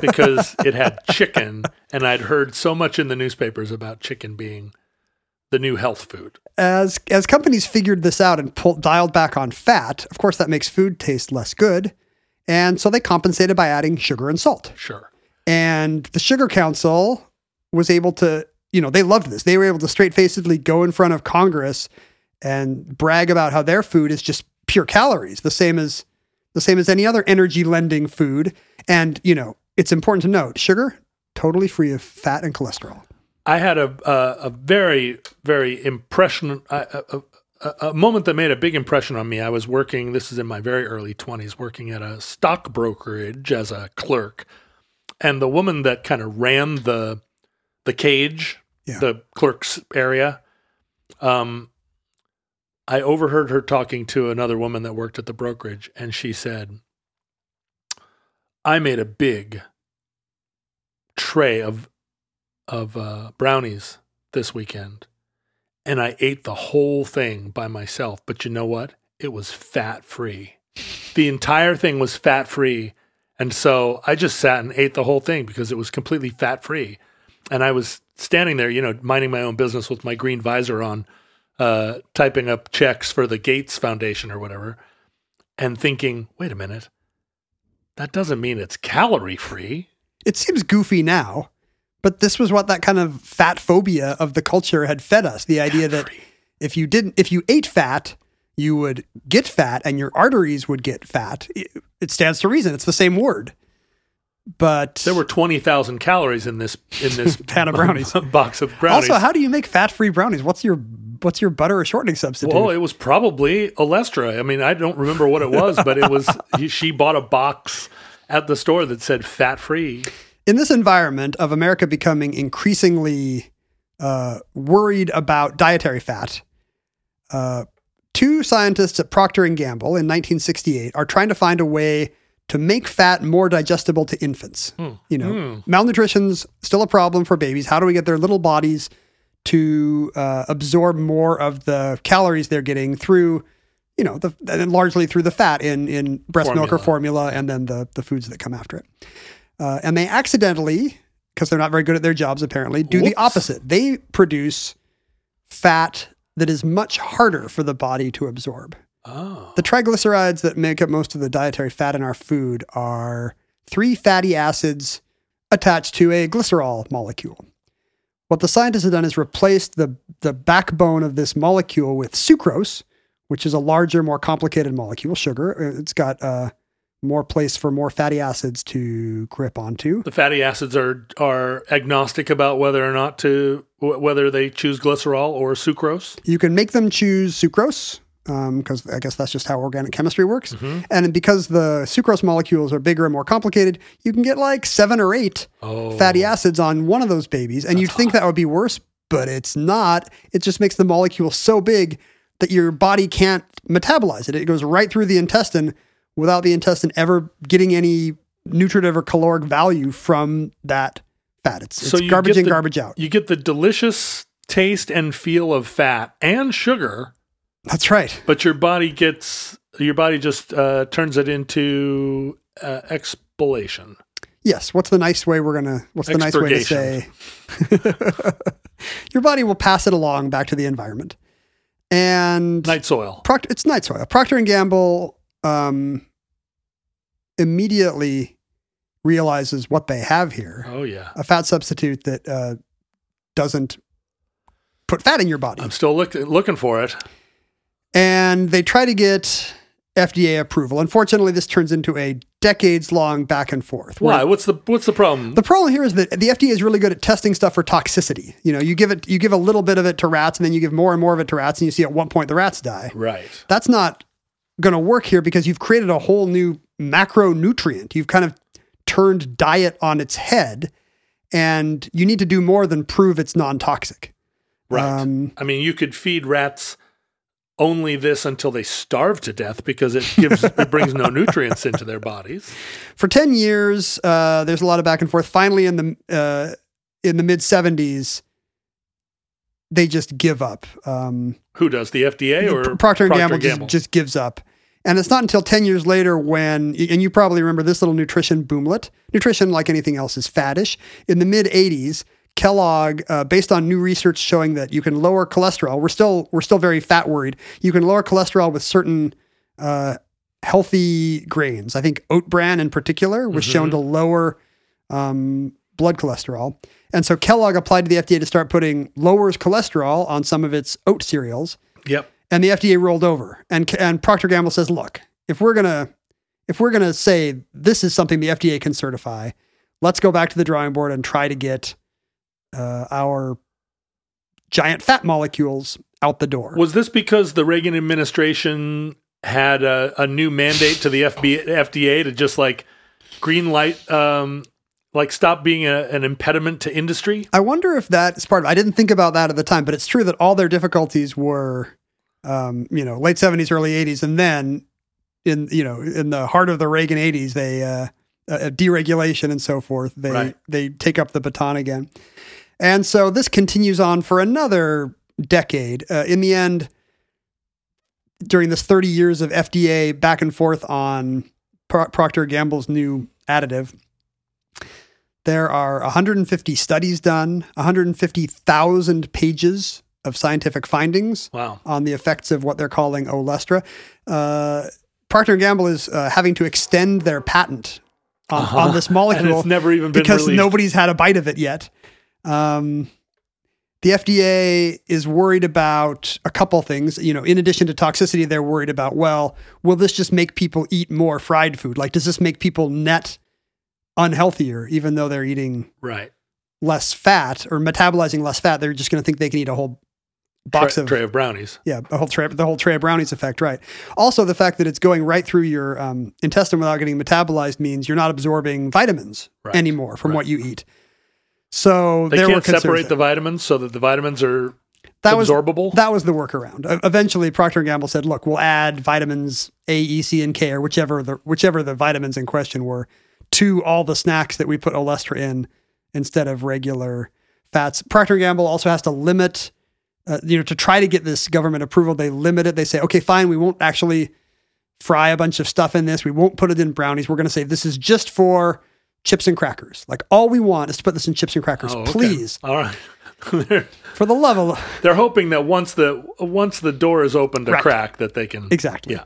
[SPEAKER 3] because it had chicken, and I'd heard so much in the newspapers about chicken being the new health food.
[SPEAKER 4] as as companies figured this out and pulled, dialed back on fat, of course that makes food taste less good, and so they compensated by adding sugar and salt.
[SPEAKER 3] Sure.
[SPEAKER 4] And the Sugar Council was able to, you know, they loved this. They were able to straight facedly go in front of Congress and brag about how their food is just pure calories, the same as the same as any other energy lending food. And you know, it's important to note, sugar totally free of fat and cholesterol.
[SPEAKER 3] I had a a, a very very impression a, a, a, a moment that made a big impression on me. I was working. This is in my very early twenties, working at a stock brokerage as a clerk, and the woman that kind of ran the the cage,
[SPEAKER 4] Yeah.
[SPEAKER 3] the clerk's area. Um, I overheard her talking to another woman that worked at the brokerage, and she said, "I made a big tray of of uh, brownies this weekend, and I ate the whole thing by myself. But you know what? It was fat free. The entire thing was fat free, and so I just sat and ate the whole thing because it was completely fat free. And I was standing there, you know, minding my own business with my green visor on, uh, typing up checks for the Gates Foundation or whatever, and thinking, wait a minute, that doesn't mean it's calorie free.
[SPEAKER 4] it seems goofy now, but this was what that kind of fat phobia of the culture had fed us. The idea that if you didn't, if you ate fat, you would get fat and your arteries would get fat. It, it stands to reason. It's the same word. But
[SPEAKER 3] There were twenty thousand calories in this in
[SPEAKER 4] *laughs*
[SPEAKER 3] this
[SPEAKER 4] Pan of brownies.
[SPEAKER 3] *laughs* box of brownies.
[SPEAKER 4] also, how do you make fat-free brownies? What's your what's your butter or shortening substitute?
[SPEAKER 3] well, it was probably Olestra. I mean, I don't remember what it was, but
[SPEAKER 4] *laughs*
[SPEAKER 3] it was she bought a box at the store that said fat free.
[SPEAKER 4] in this environment of America becoming increasingly uh, worried about dietary fat, uh, two scientists at Procter and Gamble in 1968 are trying to find a way to make fat more digestible to infants. You know, malnutrition's still a problem for babies. How do we get their little bodies to uh, absorb more of the calories they're getting through? You know, the, and largely through the fat in, in breast milk or formula, and then the, the foods that come after it. Uh, and they accidentally, because they're not very good at their jobs apparently, do the
[SPEAKER 3] Whoops.
[SPEAKER 4] opposite. They produce fat that is much harder for the body to absorb.
[SPEAKER 3] Oh,
[SPEAKER 4] The triglycerides that make up most of the dietary fat in our food are three fatty acids attached to a glycerol molecule. What the scientists have done is replaced the, the backbone of this molecule with sucrose, which is a larger, more complicated molecule, sugar. It's got uh, more place for more fatty acids to grip onto.
[SPEAKER 3] The fatty acids are are agnostic about whether or not to wh- whether they choose glycerol or sucrose.
[SPEAKER 4] You can make them choose sucrose because I guess that's just how organic chemistry works.
[SPEAKER 3] Mm-hmm.
[SPEAKER 4] And because the sucrose molecules are bigger and more complicated, you can get like seven or eight
[SPEAKER 3] Oh,
[SPEAKER 4] fatty acids on one of those babies, and you'd think that would be worse, but it's not. It just makes the molecule so big that your body can't metabolize it. It goes right through the intestine without the intestine ever getting any nutritive or caloric value from that fat. It's,
[SPEAKER 3] So you
[SPEAKER 4] it's garbage
[SPEAKER 3] get
[SPEAKER 4] in,
[SPEAKER 3] the-
[SPEAKER 4] garbage out.
[SPEAKER 3] you get the delicious taste and feel of fat and sugar,
[SPEAKER 4] That's right.
[SPEAKER 3] but your body gets your body just uh, turns it into uh, expellation.
[SPEAKER 4] Yes. What's the nice way we're gonna? What's the nice way to say?
[SPEAKER 3] Expurgation.
[SPEAKER 4] *laughs* your body will pass it along back to the environment, and
[SPEAKER 3] Night soil.
[SPEAKER 4] Procter, it's night soil. Procter and Gamble um, immediately realizes what they have here:
[SPEAKER 3] Oh yeah.
[SPEAKER 4] a fat substitute that uh, doesn't put fat in your body.
[SPEAKER 3] I'm still look, looking for it.
[SPEAKER 4] And they try to get FDA approval. Unfortunately, this turns into a decades-long back and forth.
[SPEAKER 3] Why? What's the what's the problem?
[SPEAKER 4] The problem here is that the FDA is really good at testing stuff for toxicity. You know, you give it, you give a little bit of it to rats, and then you give more and more of it to rats, and you see at one point the rats die.
[SPEAKER 3] right.
[SPEAKER 4] That's not going to work here because you've created a whole new macronutrient. You've kind of turned diet on its head, and you need to do more than prove it's non-toxic.
[SPEAKER 3] Right.
[SPEAKER 4] Um,
[SPEAKER 3] I mean, you could feed rats only this until they starve to death because it
[SPEAKER 4] *laughs*
[SPEAKER 3] gives it brings no nutrients into their bodies.
[SPEAKER 4] for 10 years uh, there's a lot of back and forth finally in the uh, in the mid 70s they just give up um,
[SPEAKER 3] Who does the FDA or
[SPEAKER 4] procter and gamble, just, just gives up and it's not until 10 years later when and you probably remember this little nutrition boomlet nutrition like anything else is faddish in the mid 80s Kellogg, uh, based on new research showing that you can lower cholesterol, we're still we're still very fat worried. You can lower cholesterol with certain uh, healthy grains. I think oat bran in particular was shown to lower um, blood cholesterol. And so Kellogg applied to the FDA to start putting lowers cholesterol on some of its oat cereals
[SPEAKER 3] yep.
[SPEAKER 4] and the FDA rolled over. And and Procter Gamble says, "Look, if we're gonna if we're gonna say this is something the FDA can certify, let's go back to the drawing board and try to get uh, our giant fat molecules out the door."
[SPEAKER 3] Was this because the Reagan administration had a, a new mandate to the FB, FDA to just like green light, um, like stop being a, an impediment to industry?
[SPEAKER 4] I wonder if that is part of. I didn't think about that at the time, but it's true that all their difficulties were, um, you know, late seventies, early eighties, and then in you know in the heart of the Reagan eighties, they uh, uh, deregulation and so forth. They
[SPEAKER 3] Right.
[SPEAKER 4] they take up the baton again, and so this continues on for another decade. Uh, in the end, during this thirty years of FDA back and forth on Pro- Procter Gamble's new additive. There are 150 studies done, 150,000 pages of scientific findings
[SPEAKER 3] Wow.
[SPEAKER 4] on the effects of what they're calling olestra. Uh, Procter & Gamble is uh, having to extend their patent on, on this molecule
[SPEAKER 3] And it's never even been
[SPEAKER 4] because
[SPEAKER 3] released.
[SPEAKER 4] nobody's had a bite of it yet. Um, the FDA is worried about a couple things. You know, in addition to toxicity, they're worried about well, will this just make people eat more fried food? Like, does this make people net unhealthier, even though they're eating
[SPEAKER 3] right.
[SPEAKER 4] less fat or metabolizing less fat? They're just going to think they can eat a whole box
[SPEAKER 3] Tray-
[SPEAKER 4] of
[SPEAKER 3] tray of brownies.
[SPEAKER 4] yeah, the whole tray, the whole tray of brownies effect, right? Also, the fact that it's going right through your um, intestine without getting metabolized means you're not absorbing vitamins
[SPEAKER 3] Right.
[SPEAKER 4] anymore from what you eat. So
[SPEAKER 3] They
[SPEAKER 4] there were
[SPEAKER 3] can't
[SPEAKER 4] concerns
[SPEAKER 3] separate
[SPEAKER 4] there.
[SPEAKER 3] the vitamins so that the vitamins are absorbable.
[SPEAKER 4] Was, that was the workaround. E- Eventually, Procter and Gamble said, "Look, we'll add vitamins A, E, C, and K, or whichever the whichever the vitamins in question were, to all the snacks that we put Olestra in instead of regular fats." Procter and Gamble also has to limit, uh, you know, to try to get this government approval. They limit it. They say, "Okay, fine, we won't actually fry a bunch of stuff in this. We won't put it in brownies. We're going to say this is just for." Chips and crackers. Like all we want is to put this in chips and crackers,
[SPEAKER 3] Oh, okay.
[SPEAKER 4] please.
[SPEAKER 3] All right. *laughs* they're,
[SPEAKER 4] For the love of
[SPEAKER 3] they're hoping that once the once the door is open to
[SPEAKER 4] Right.
[SPEAKER 3] crack that they can
[SPEAKER 4] Exactly.
[SPEAKER 3] Yeah.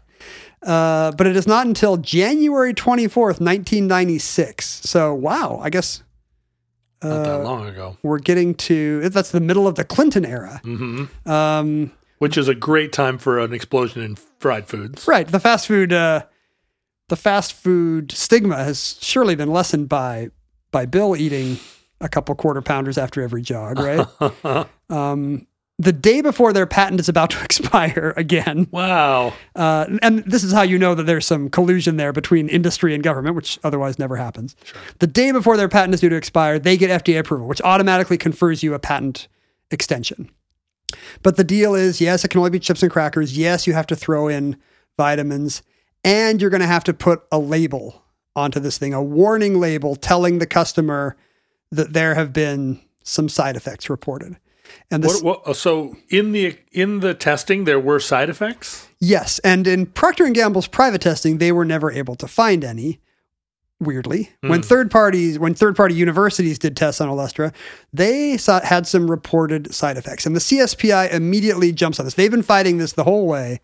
[SPEAKER 4] Uh, but it is not until January 24th, 1996. So, wow, I guess
[SPEAKER 3] Not that long ago.
[SPEAKER 4] We're getting to that's the middle of the Clinton era.
[SPEAKER 3] hmm
[SPEAKER 4] Um,
[SPEAKER 3] Which is a great time for an explosion in fried foods.
[SPEAKER 4] right, the fast food uh, the fast food stigma has surely been lessened by by Bill eating a couple quarter pounders after every jog, right? um, the day before their patent is about to *laughs* expire again,
[SPEAKER 3] Wow.
[SPEAKER 4] uh, and this is how you know that there's some collusion there between industry and government, which otherwise never happens. The day before their patent is due to expire, they get FDA approval, which automatically confers you a patent extension. But the deal is yes, it can only be chips and crackers. Yes, you have to throw in vitamins, and you're going to have to put a label onto this thing, a warning label telling the customer that there have been some side effects reported. And this,
[SPEAKER 3] What, what, uh, so in the in the testing, there were side effects.
[SPEAKER 4] Yes, and in Procter and Gamble's private testing, they were never able to find any. Weirdly,
[SPEAKER 3] Hmm.
[SPEAKER 4] when third parties, when third party universities did tests on Olestra, they saw, had some reported side effects, and the CSPI immediately jumps on this. They've been fighting this the whole way.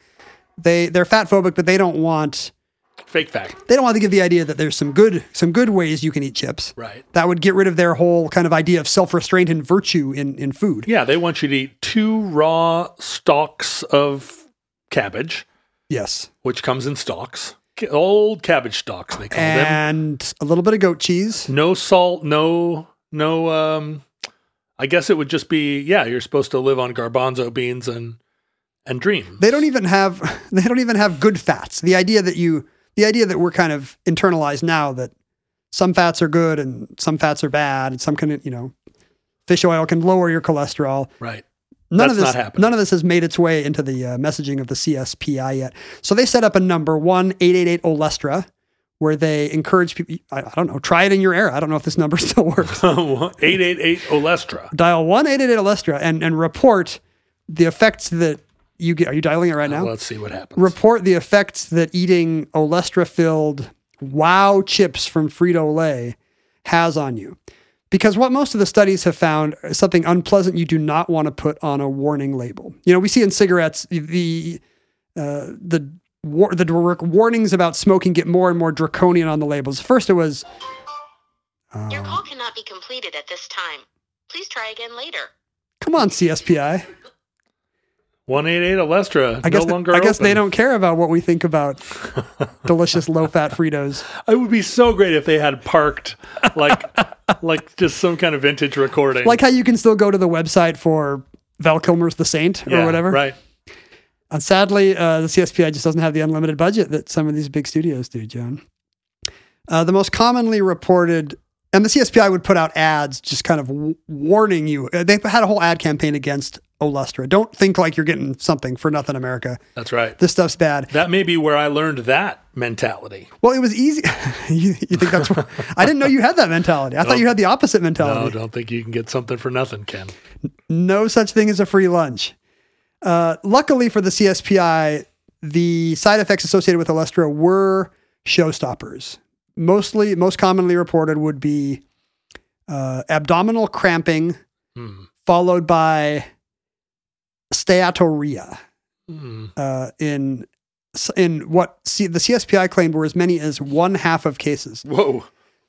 [SPEAKER 4] They they're fat phobic, but they don't want
[SPEAKER 3] Fake fact.
[SPEAKER 4] they don't want to give the idea that there's some good some good ways you can eat chips.
[SPEAKER 3] Right.
[SPEAKER 4] That would get rid of their whole kind of idea of self restraint and virtue in in food.
[SPEAKER 3] Yeah, they want you to eat two raw stalks of cabbage,
[SPEAKER 4] Yes,
[SPEAKER 3] which comes in stalks. Ca- Old cabbage stalks, they call
[SPEAKER 4] Eh.
[SPEAKER 3] them.
[SPEAKER 4] and a little bit of goat cheese.
[SPEAKER 3] No salt, no no um I guess it would just be yeah, you're supposed to live on garbanzo beans and and dream.
[SPEAKER 4] they don't even have *laughs* they don't even have good fats. The idea that you the idea that we're kind of internalized now that some fats are good and some fats are bad and some can you know fish oil can lower your cholesterol.
[SPEAKER 3] Right. *laughs*
[SPEAKER 4] None
[SPEAKER 3] That's
[SPEAKER 4] of this
[SPEAKER 3] not happening.
[SPEAKER 4] none of this has made its way into the uh, messaging of the CSPI yet. So they set up a number one eight eight eight Olestra where they encourage people I, I don't know try it in your era. I don't know if this number *laughs* still works.
[SPEAKER 3] 888 Olestra.
[SPEAKER 4] Dial one eight eight eight Olestra and and report the effects that you get. Are you dialing it right now?
[SPEAKER 3] Let's see what happens.
[SPEAKER 4] report the effects that eating Olestra filled wow chips from Frito Lay has on you. Because what most of the studies have found is something unpleasant you do not want to put on a warning label. You know, we see in cigarettes the uh, the war- the dr- warnings about smoking get more and more draconian on the labels. First, it was
[SPEAKER 6] Your call cannot be completed at this time. Please try again later.
[SPEAKER 4] come on CSPI.
[SPEAKER 3] 188 Olestra.
[SPEAKER 4] I guess
[SPEAKER 3] no
[SPEAKER 4] th-
[SPEAKER 3] longer
[SPEAKER 4] I guess they
[SPEAKER 3] open.
[SPEAKER 4] don't care about what we think about delicious low fat Fritos.
[SPEAKER 3] It would be so great if they had parked like *laughs* like just some kind of vintage recording.
[SPEAKER 4] like how you can still go to the website for Val Kilmer's The Saint or
[SPEAKER 3] Yeah,
[SPEAKER 4] whatever.
[SPEAKER 3] Right.
[SPEAKER 4] And sadly, uh, the CSPI just doesn't have the unlimited budget that some of these big studios do, Joan. Uh, the most commonly reported, and the CSPI would put out ads just kind of w- warning you. Uh, They had a whole ad campaign against Olustra. Don't think like you're getting something for nothing, America.
[SPEAKER 3] That's right.
[SPEAKER 4] This stuff's bad.
[SPEAKER 3] That may be where I learned that mentality.
[SPEAKER 4] Well, it was easy. *laughs* you, you think that's? wh- I didn't know you had that mentality. I thought you had the opposite mentality.
[SPEAKER 3] No, don't think you can get something for nothing, Ken.
[SPEAKER 4] no such thing as a free lunch. Uh, luckily for the CSPI, the side effects associated with Olestra were showstoppers. Mostly, most commonly reported would be uh, abdominal cramping, followed by steatorrhea.
[SPEAKER 3] Hmm.
[SPEAKER 4] Uh, in in what C- the CSPI claimed were as many as one half of cases
[SPEAKER 3] Whoa.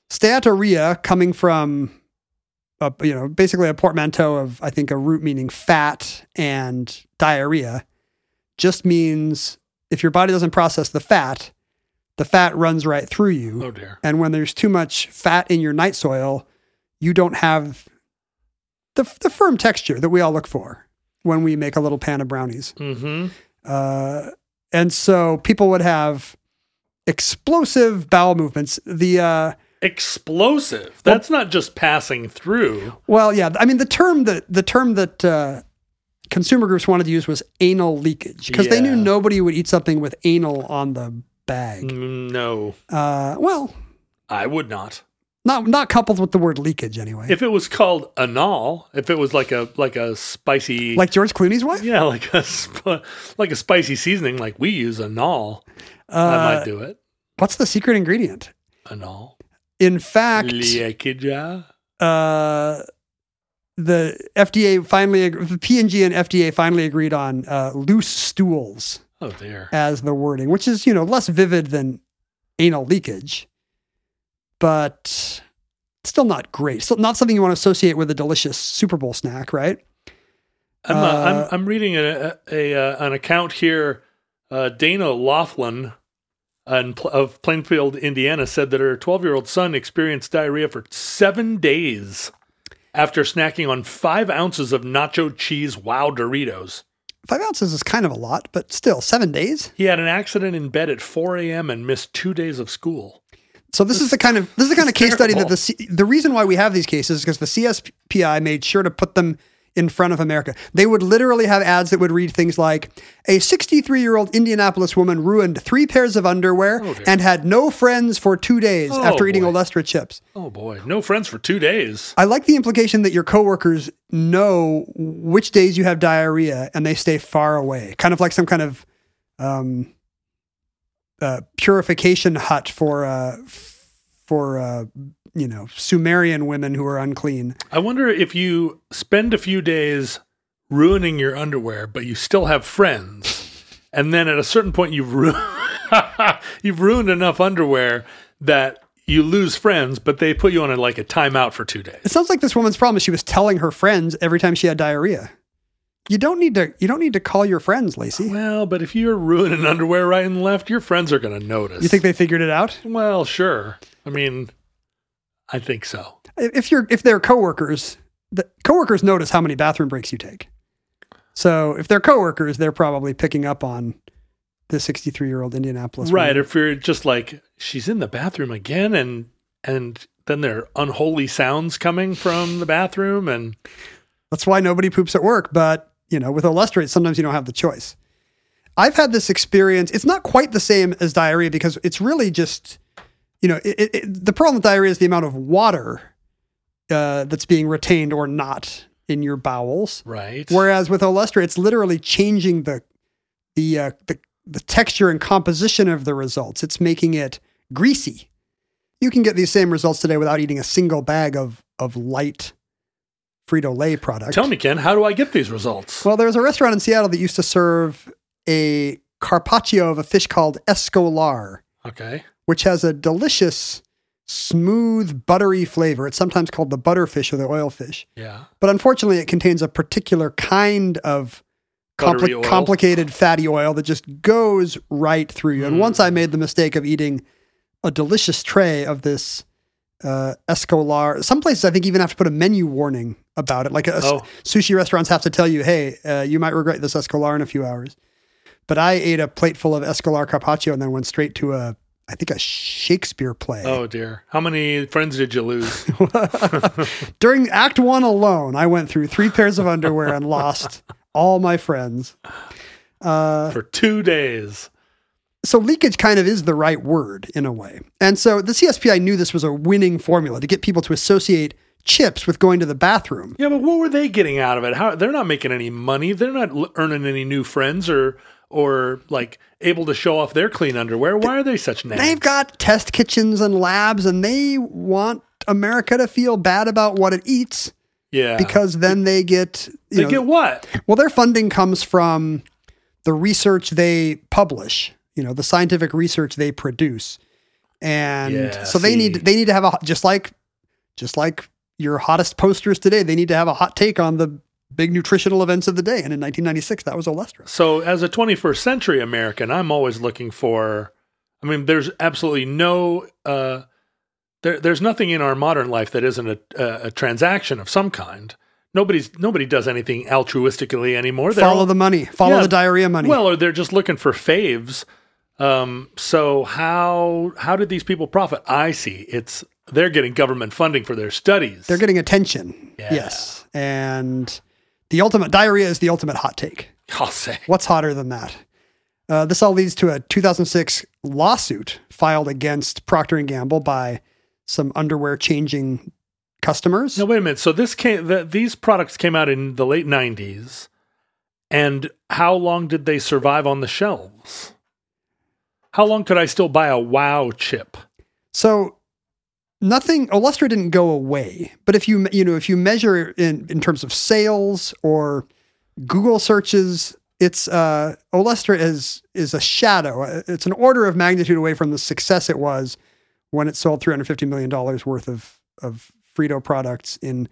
[SPEAKER 4] steatorrhea coming from a, you know basically a portmanteau of i think a root meaning fat and diarrhea just means if your body doesn't process the fat the fat runs right through you
[SPEAKER 3] Oh dear.
[SPEAKER 4] and when there's too much fat in your night soil you don't have the, the firm texture that we all look for when we make a little pan of brownies
[SPEAKER 3] Mm-hmm.
[SPEAKER 4] uh, and so people would have explosive bowel movements the uh,
[SPEAKER 3] Explosive. That's not just passing through.
[SPEAKER 4] Well, yeah. I mean, the term that the term that uh, consumer groups wanted to use was anal leakage because they knew
[SPEAKER 3] Yeah.
[SPEAKER 4] nobody would eat something with anal on the bag.
[SPEAKER 3] Mm, No,
[SPEAKER 4] Uh, well,
[SPEAKER 3] I would not.
[SPEAKER 4] not not coupled with the word leakage anyway.
[SPEAKER 3] If it was called anal, if it was like a like a spicy
[SPEAKER 4] like George Clooney's wife.
[SPEAKER 3] yeah, like a sp- like a spicy seasoning like we use anal, I might do it.
[SPEAKER 4] Uh, What's the secret ingredient?
[SPEAKER 3] Anal.
[SPEAKER 4] In fact,
[SPEAKER 3] Liekija.
[SPEAKER 4] uh, the FDA finally ag- the P and G and FDA finally agreed on uh, loose stools
[SPEAKER 3] Oh dear.
[SPEAKER 4] as the wording, which is you know less vivid than anal leakage, but still not great. Still not something you want to associate with a delicious Super Bowl snack, right?
[SPEAKER 3] I'm, uh, I'm, I'm reading a, a, a, an account here. Uh, Dana Laughlin and, of Plainfield, Indiana, said that her 12 year old son experienced diarrhea for seven days after snacking on five ounces of nacho cheese wow Doritos.
[SPEAKER 4] Five ounces is kind of a lot, but still, seven days.
[SPEAKER 3] He had an accident in bed at 4 a.m. and missed two days of school.
[SPEAKER 4] So this is the kind of this is the kind of case study that the C- the reason why we have these cases is because the CSPI made sure to put them in front of America. They would literally have ads that would read things like a 63 year old Indianapolis woman ruined three pairs of underwear
[SPEAKER 3] Oh, dear.
[SPEAKER 4] and had no friends for two days
[SPEAKER 3] Oh,
[SPEAKER 4] after eating
[SPEAKER 3] boy.
[SPEAKER 4] Olestra chips.
[SPEAKER 3] Oh boy, no friends for two days.
[SPEAKER 4] I like the implication that your coworkers know which days you have diarrhea and they stay far away, kind of like some kind of um, uh, purification hut for uh, f- for uh, you know Sumerian women who are unclean.
[SPEAKER 3] I wonder if you spend a few days ruining your underwear, but you still have friends, and then at a certain point you've ru- *laughs* you've ruined enough underwear that you lose friends, but they put you on a, like a timeout for two days.
[SPEAKER 4] It sounds like this woman's problem is she was telling her friends every time she had diarrhea. You don't need to. You don't need to call your friends, Lacey.
[SPEAKER 3] Well, but if you're ruining underwear right and left, your friends are going to notice.
[SPEAKER 4] You think they figured it out?
[SPEAKER 3] Well, sure. I mean, I think so.
[SPEAKER 4] If you're if they're coworkers, the coworkers notice how many bathroom breaks you take. So if they're coworkers, they're probably picking up on the 63 year old Indianapolis.
[SPEAKER 3] right
[SPEAKER 4] woman.
[SPEAKER 3] if you're just like she's in the bathroom again and and then there are unholy sounds coming from the bathroom and
[SPEAKER 4] That's why nobody poops at work. But you know, with illustrates, sometimes you don't have the choice. I've had this experience. It's not quite the same as diarrhea because it's really just, you know, it, it, it- the problem with diarrhea is the amount of water uh, that's being retained or not in your bowels.
[SPEAKER 3] right
[SPEAKER 4] Whereas with Olestra, it's literally changing the the, uh, the the texture and composition of the results. It's making it greasy. You can get these same results today without eating a single bag of of light Frito Lay product.
[SPEAKER 3] tell me ken how do i get these results
[SPEAKER 4] Well, there was a restaurant in Seattle that used to serve a carpaccio of a fish called escolar,
[SPEAKER 3] okay
[SPEAKER 4] which has a delicious, smooth, buttery flavor. It's sometimes called the butterfish or the oilfish
[SPEAKER 3] yeah
[SPEAKER 4] but unfortunately it contains a particular kind of compli-
[SPEAKER 3] Buttery oil.
[SPEAKER 4] complicated fatty oil that just goes right through you. And
[SPEAKER 3] Hmm.
[SPEAKER 4] once I made the mistake of eating a delicious tray of this uh, escolar, some places I think even have to put a menu warning about it. Like a,
[SPEAKER 3] Oh.
[SPEAKER 4] sushi restaurants have to tell you, hey, uh, you might regret this escolar in a few hours. But I ate a plate full of escolar carpaccio and then went straight to a, I think a Shakespeare play.
[SPEAKER 3] oh dear how many friends did you
[SPEAKER 4] *laughs*
[SPEAKER 3] lose
[SPEAKER 4] During Act One alone, I went through three pairs of underwear and lost all my friends. Uh,
[SPEAKER 3] for two days
[SPEAKER 4] So leakage kind of is the right word in a way. And so the CSPI knew this was a winning formula to get people to associate chips with going to the bathroom.
[SPEAKER 3] yeah but what were they getting out of it how they're not making any money they're not l- earning any new friends or or like able to show off their clean underwear why are they such nags
[SPEAKER 4] They've got test kitchens and labs, and they want America to feel bad about what it eats
[SPEAKER 3] yeah
[SPEAKER 4] because then they get you
[SPEAKER 3] they
[SPEAKER 4] know,
[SPEAKER 3] get what
[SPEAKER 4] Well, their funding comes from the research they publish, you know, the scientific research they produce. And
[SPEAKER 3] Yeah,
[SPEAKER 4] so they need
[SPEAKER 3] see.
[SPEAKER 4] they need to have a just like just like your hottest posters today, they need to have a hot take on the big nutritional events of the day. And in 1996, that was Olestra.
[SPEAKER 3] So, as a 21st century American, I'm always looking for. I mean, there's absolutely no. Uh, there, there's nothing in our modern life that isn't a, a, a transaction of some kind. Nobody's nobody does anything altruistically anymore. They're
[SPEAKER 4] Follow
[SPEAKER 3] all-
[SPEAKER 4] the money, follow
[SPEAKER 3] Yeah.
[SPEAKER 4] the diarrhea money.
[SPEAKER 3] Well, or they're just looking for faves. Um, so how how did these people profit? I see. It's they're getting government funding for their studies.
[SPEAKER 4] They're getting attention.
[SPEAKER 3] Yeah.
[SPEAKER 4] Yes. And the ultimate diarrhea is the ultimate hot take.
[SPEAKER 3] *laughs* I'll say.
[SPEAKER 4] What's hotter than that? Uh, this all leads to a 2006 lawsuit filed against Procter and Gamble by some underwear changing customers.
[SPEAKER 3] Now wait a minute. So this came that these products came out in the late '90s, and how long did they survive on the shelves? How long could I still buy a Wow chip?
[SPEAKER 4] So nothing Olustra didn't go away, but if you you know if you measure in in terms of sales or Google searches, it's uh Olustra is is a shadow. It's an order of magnitude away from the success it was when it sold 350 million dollars worth of of Frito products in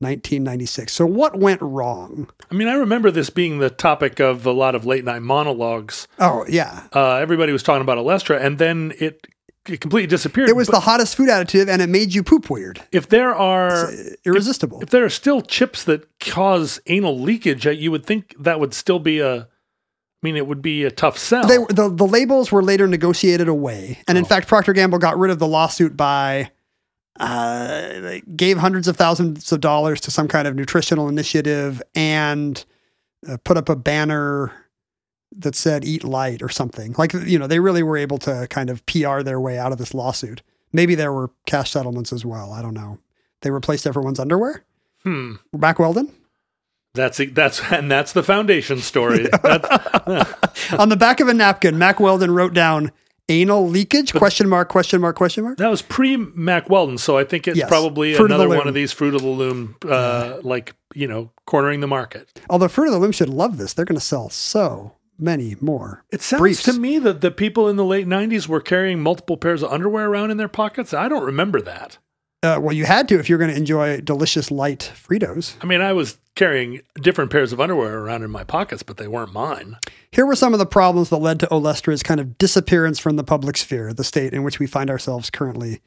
[SPEAKER 4] 1996. So what went wrong?
[SPEAKER 3] I mean, I remember this being the topic of a lot of late night monologues.
[SPEAKER 4] Oh yeah,
[SPEAKER 3] Uh, everybody was talking about Alestra, and then it it completely disappeared.
[SPEAKER 4] it was
[SPEAKER 3] But
[SPEAKER 4] the hottest food additive, and it made you poop weird.
[SPEAKER 3] if there are
[SPEAKER 4] Irresistible.
[SPEAKER 3] if there are still chips that cause anal leakage, you would think that would still be a. I mean, it would be a tough sell.
[SPEAKER 4] they the, the labels were later negotiated away, and in fact, Procter Gamble got rid of the lawsuit by uh, they gave hundreds of thousands of dollars to some kind of nutritional initiative and uh, put up a banner that said "Eat Light" or something. Like you know, they really were able to kind of PR their way out of this lawsuit. Maybe there were cash settlements as well. I don't know. They replaced everyone's underwear.
[SPEAKER 3] hmm.
[SPEAKER 4] Back Weldon
[SPEAKER 3] That's e, that's *laughs* and that's the foundation *laughs* story. That's-
[SPEAKER 4] on the back of a napkin. Mac Weldon wrote down anal leakage question mark question mark question mark.
[SPEAKER 3] that was pre Mac Weldon, so I think it's
[SPEAKER 4] Yes.
[SPEAKER 3] probably
[SPEAKER 4] Fruit of the
[SPEAKER 3] another
[SPEAKER 4] Loom.
[SPEAKER 3] one of these Fruit of the Loom, uh, like you know, cornering the market.
[SPEAKER 4] Although Fruit of the Loom should love this. They're going to sell so many more.
[SPEAKER 3] It sounds
[SPEAKER 4] briefs.
[SPEAKER 3] to me that the people in the late '90s were carrying multiple pairs of underwear around in their pockets. I don't remember that.
[SPEAKER 4] Uh, well, you had to if you're going to enjoy delicious light Fritos.
[SPEAKER 3] I mean, I was carrying different pairs of underwear around in my pockets, but they weren't mine.
[SPEAKER 4] Here were some of the problems that led to Olestra's kind of disappearance from the public sphere, the state in which we find ourselves currently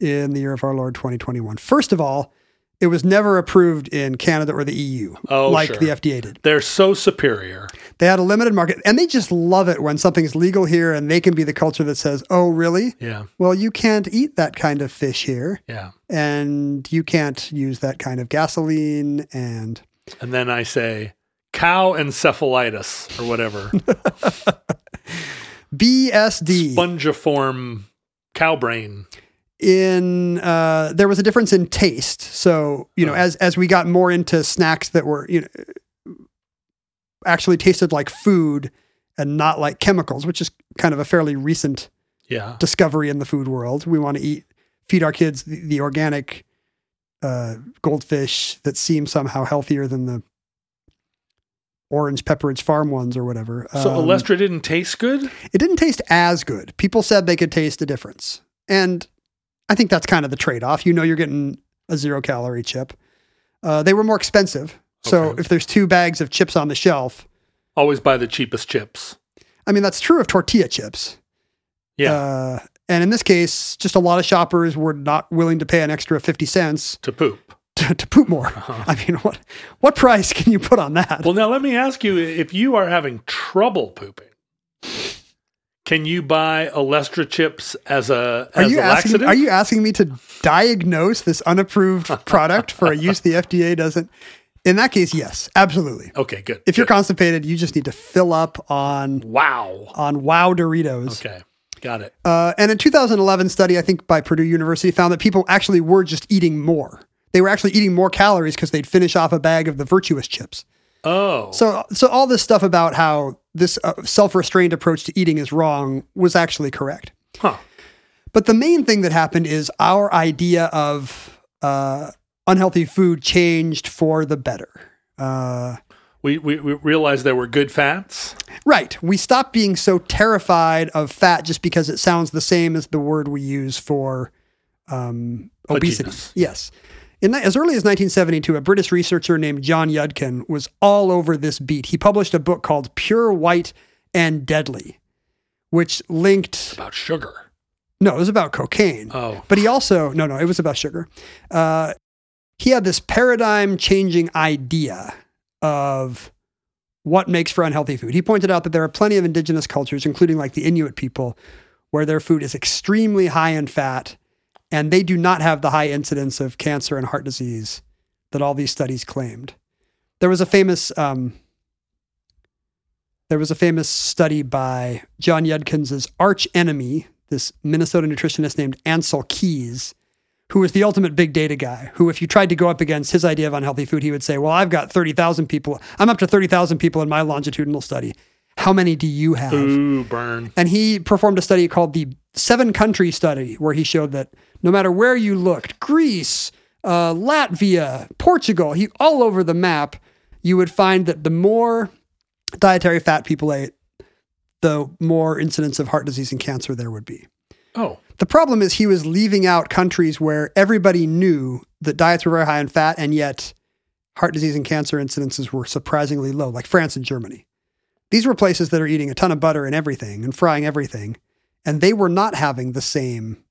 [SPEAKER 4] in the year of our Lord 2021. First of all, it was never approved in Canada or the EU,
[SPEAKER 3] Oh,
[SPEAKER 4] like
[SPEAKER 3] sure.
[SPEAKER 4] the FDA did.
[SPEAKER 3] They're so superior.
[SPEAKER 4] They had a limited market, and they just love it when something's legal here, and they can be the culture that says, "Oh, really?
[SPEAKER 3] Yeah,
[SPEAKER 4] Well, you can't eat that kind of fish here."
[SPEAKER 3] yeah.
[SPEAKER 4] and you can't use that kind of gasoline and
[SPEAKER 3] And then I say cow encephalitis or *laughs* whatever
[SPEAKER 4] BSD
[SPEAKER 3] spongiform cow brain.
[SPEAKER 4] in uh, there was a difference in taste so you know
[SPEAKER 3] Oh.
[SPEAKER 4] as as we got more into snacks that were you know actually tasted like food and not like chemicals which is kind of a fairly recent
[SPEAKER 3] Yeah.
[SPEAKER 4] discovery in the food world we want to eat feed our kids the, the organic uh, goldfish that seem somehow healthier than the orange pepperidge farm ones or whatever
[SPEAKER 3] So
[SPEAKER 4] Um,
[SPEAKER 3] Alestra didn't taste good.
[SPEAKER 4] it didn't taste as good. People said they could taste the difference. And I think that's kind of the trade off. You know, you're getting a zero calorie chip. Uh, they were more expensive. So
[SPEAKER 3] Okay.
[SPEAKER 4] if there's two bags of chips on the shelf,
[SPEAKER 3] Always buy the cheapest chips.
[SPEAKER 4] I mean, that's true of tortilla chips.
[SPEAKER 3] Yeah,
[SPEAKER 4] Uh, and in this case, just a lot of shoppers were not willing to pay an extra 50 cents
[SPEAKER 3] to poop.
[SPEAKER 4] to, to poop more.
[SPEAKER 3] Uh-huh.
[SPEAKER 4] I mean, what, what price can you put on that?
[SPEAKER 3] Well, now let me ask you: if you are having trouble pooping, can you buy Alestra chips as a
[SPEAKER 4] Are
[SPEAKER 3] as
[SPEAKER 4] you
[SPEAKER 3] a
[SPEAKER 4] asking?
[SPEAKER 3] laxative?
[SPEAKER 4] Are you asking me to diagnose this unapproved
[SPEAKER 3] *laughs*
[SPEAKER 4] product for a use the FDA doesn't? In that case, yes, absolutely.
[SPEAKER 3] okay? Good.
[SPEAKER 4] If you're
[SPEAKER 3] good.
[SPEAKER 4] constipated, you just need to fill up on
[SPEAKER 3] wow.
[SPEAKER 4] on Wow Doritos.
[SPEAKER 3] Okay, got it.
[SPEAKER 4] Uh, and a 2011 study, I think by Purdue University, found that people actually were just eating more. They were actually eating more calories because they'd finish off a bag of the virtuous chips.
[SPEAKER 3] Oh,
[SPEAKER 4] So, so all this stuff about how this uh, self-restrained approach to eating is wrong was actually correct.
[SPEAKER 3] huh.
[SPEAKER 4] But the main thing that happened is our idea of uh, unhealthy food changed for the better. Uh,
[SPEAKER 3] We, we we realized there were good fats.
[SPEAKER 4] right. We stopped being so terrified of fat just because it sounds the same as the word we use for um, obesity.
[SPEAKER 3] Pudginess.
[SPEAKER 4] Yes. In, ni- as early as 1972, a British researcher named John Yudkin was all over this beat. He published a book called Pure White and Deadly, which linked.
[SPEAKER 3] about sugar.
[SPEAKER 4] No, it was about cocaine.
[SPEAKER 3] Oh.
[SPEAKER 4] But he also, no, no, it was about sugar. Uh, he had this paradigm changing idea of what makes for unhealthy food. He pointed out that there are plenty of indigenous cultures, including like the Inuit people, where their food is extremely high in fat and they do not have the high incidence of cancer and heart disease that all these studies claimed. There was a famous um, there was a famous study by John Yudkins' arch enemy, this Minnesota nutritionist named Ansel Keys, who was the ultimate big data guy, who, if you tried to go up against his idea of unhealthy food, he would say, Well, I've got 30,000 people. I'm up to 30,000 people in my longitudinal study. How many do you have?
[SPEAKER 3] Ooh, burn.
[SPEAKER 4] And he performed a study called the Seven Country Study, where he showed that no matter where you looked, Greece, uh, Latvia, Portugal, he, all over the map, you would find that the more dietary fat people ate, the more incidence of heart disease and cancer there would be.
[SPEAKER 3] Oh,
[SPEAKER 4] The problem is he was leaving out countries where everybody knew that diets were very high in fat, and yet heart disease and cancer incidences were surprisingly low, like France and Germany. These were places that are eating a ton of butter and everything and frying everything, and they were not having the same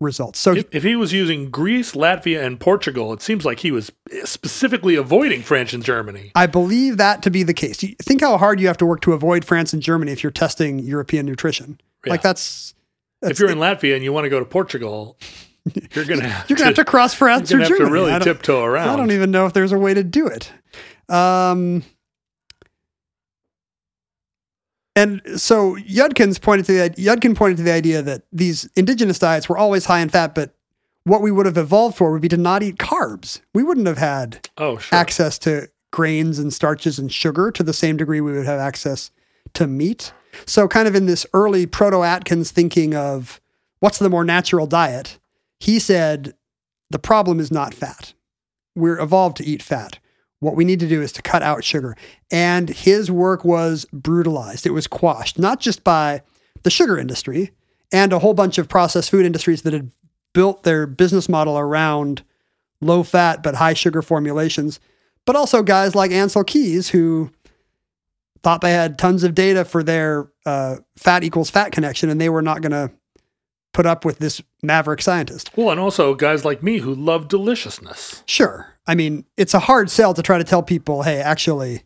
[SPEAKER 4] results. So
[SPEAKER 3] If, if he was using Greece, Latvia, and Portugal, it seems like he was specifically avoiding France and Germany.
[SPEAKER 4] I believe that to be the case. You- Think how hard you have to work to avoid France and Germany if you're testing European nutrition. Like
[SPEAKER 3] Yeah.
[SPEAKER 4] that's,
[SPEAKER 3] if you're in Latvia and you want to go to Portugal, *laughs* you're gonna
[SPEAKER 4] *laughs*
[SPEAKER 3] have
[SPEAKER 4] you're gonna have to cross France
[SPEAKER 3] you're
[SPEAKER 4] or
[SPEAKER 3] gonna have
[SPEAKER 4] Germany.
[SPEAKER 3] to really
[SPEAKER 4] I don't-
[SPEAKER 3] tiptoe around.
[SPEAKER 4] I don't even know if there's a way to do it. Um, and so Yudkin's pointed to the Yudkin pointed to the idea that these indigenous diets were always high in fat, but what we would have evolved for would be to not eat carbs. We wouldn't have had
[SPEAKER 3] oh, sure.
[SPEAKER 4] access to grains and starches and sugar to the same degree we would have access to meat. So, kind of in this early proto Atkins thinking of what's the more natural diet, he said the problem is not fat. We're evolved to eat fat. What we need to do is to cut out sugar. And his work was brutalized, it was quashed, not just by the sugar industry and a whole bunch of processed food industries that had built their business model around low fat but high sugar formulations, but also guys like Ansel Keys who thought they had tons of data for their uh, fat equals fat connection and they were not going to put up with this maverick scientist.
[SPEAKER 3] Well, and also guys like me who love deliciousness.
[SPEAKER 4] Sure. I mean, it's a hard sell to try to tell people, hey, actually,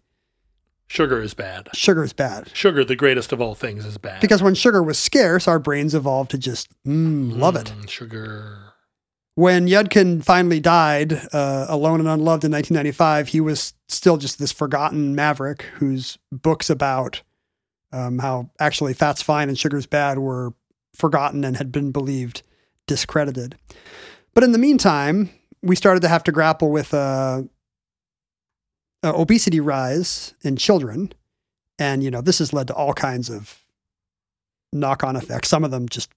[SPEAKER 3] Sugar is bad.
[SPEAKER 4] sugar is bad.
[SPEAKER 3] Sugar, the greatest of all things, is bad.
[SPEAKER 4] Because when sugar was scarce, our brains evolved to just mm, love it.
[SPEAKER 3] Mm, sugar.
[SPEAKER 4] When Yudkin finally died, uh, alone and unloved in 1995, he was still just this forgotten maverick whose books about um, how actually fat's fine and sugar's bad were forgotten and had been believed discredited. But in the meantime, we started to have to grapple with uh, uh, obesity rise in children, and you know this has led to all kinds of knock-on effects. Some of them just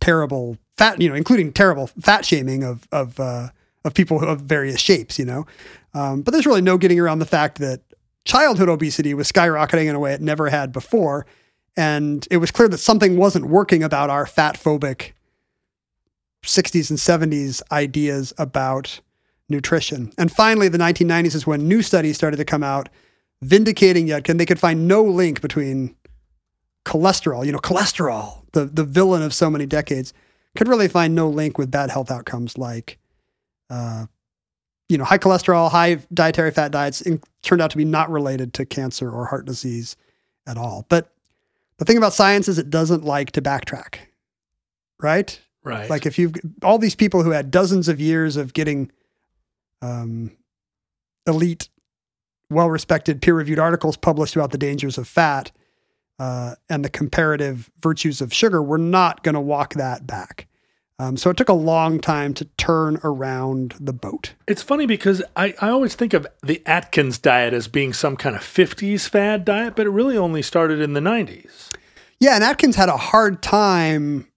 [SPEAKER 4] terrible fat, you know, including terrible fat shaming of of uh, of people of various shapes, you know. Um, but there's really no getting around the fact that childhood obesity was skyrocketing in a way it never had before, and it was clear that something wasn't working about our fat phobic 60s and 70s ideas about nutrition. And finally, the 1990s is when new studies started to come out vindicating Yudkin. They could find no link between cholesterol, you know, cholesterol, the, the villain of so many decades, could really find no link with bad health outcomes like, uh, you know, high cholesterol, high dietary fat diets in, turned out to be not related to cancer or heart disease at all. But the thing about science is it doesn't like to backtrack, right?
[SPEAKER 3] Right.
[SPEAKER 4] Like if you've all these people who had dozens of years of getting um, elite, well-respected, peer-reviewed articles published about the dangers of fat uh, and the comparative virtues of sugar, we're not going to walk that back. Um, so it took a long time to turn around the boat.
[SPEAKER 3] It's funny because I, I always think of the Atkins diet as being some kind of 50s fad diet, but it really only started in the 90s.
[SPEAKER 4] Yeah, and Atkins had a hard time.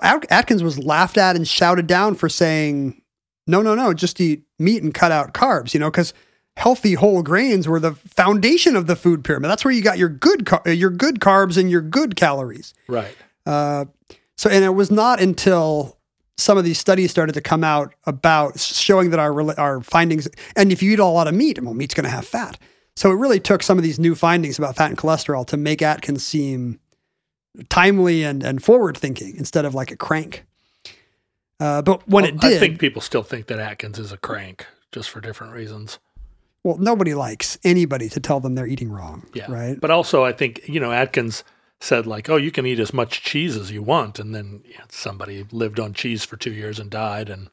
[SPEAKER 4] At- Atkins was laughed at and shouted down for saying, "No, no, no, just eat meat and cut out carbs." You know, because healthy whole grains were the foundation of the food pyramid. That's where you got your good car- your good carbs and your good calories.
[SPEAKER 3] Right.
[SPEAKER 4] Uh, so, and it was not until some of these studies started to come out about showing that our rela- our findings, and if you eat a lot of meat, well, meat's going to have fat. So it really took some of these new findings about fat and cholesterol to make Atkins seem timely and, and forward thinking instead of like a crank. Uh, but when
[SPEAKER 3] Well,
[SPEAKER 4] it did,
[SPEAKER 3] I think people still think that Atkins is a crank just for different reasons.
[SPEAKER 4] well, nobody likes anybody to tell them they're eating wrong,
[SPEAKER 3] Yeah.
[SPEAKER 4] right?
[SPEAKER 3] But also, I think, you know, Atkins said, like, oh, you can eat as much cheese as you want. And then you know, somebody lived on cheese for two years and died. And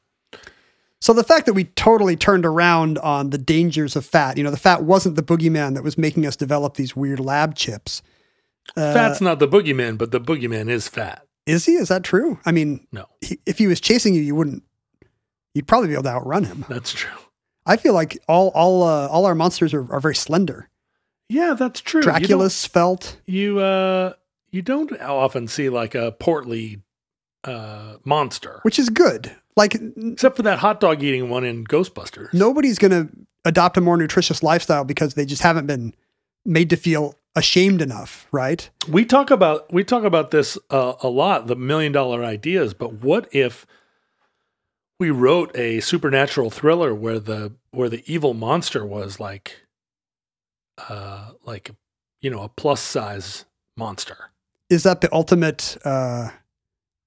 [SPEAKER 4] So the fact that we totally turned around on the dangers of fat, you know, the fat wasn't the boogeyman that was making us develop these weird lab chips. Uh,
[SPEAKER 3] fat's not the boogeyman, but the boogeyman is fat.
[SPEAKER 4] Is he? Is that true? I mean,
[SPEAKER 3] No,
[SPEAKER 4] he, if he was chasing you, you wouldn't. You'd probably be able to outrun him.
[SPEAKER 3] that's true.
[SPEAKER 4] I feel like all all uh, all our monsters are, are very slender.
[SPEAKER 3] Yeah, that's true. You don't-
[SPEAKER 4] Dracula's felt.
[SPEAKER 3] you uh you don't often see like a portly uh monster
[SPEAKER 4] which is good. Like n-
[SPEAKER 3] except for that hot dog eating one in ghostbusters
[SPEAKER 4] nobody's going to adopt a more nutritious lifestyle because they just haven't been made to feel ashamed enough, right?
[SPEAKER 3] We talk about we talk about this uh, a lot, the million dollar ideas. But what if we wrote a supernatural thriller where the where the evil monster was like, uh, like you know, a plus size monster?
[SPEAKER 4] Is that the ultimate uh,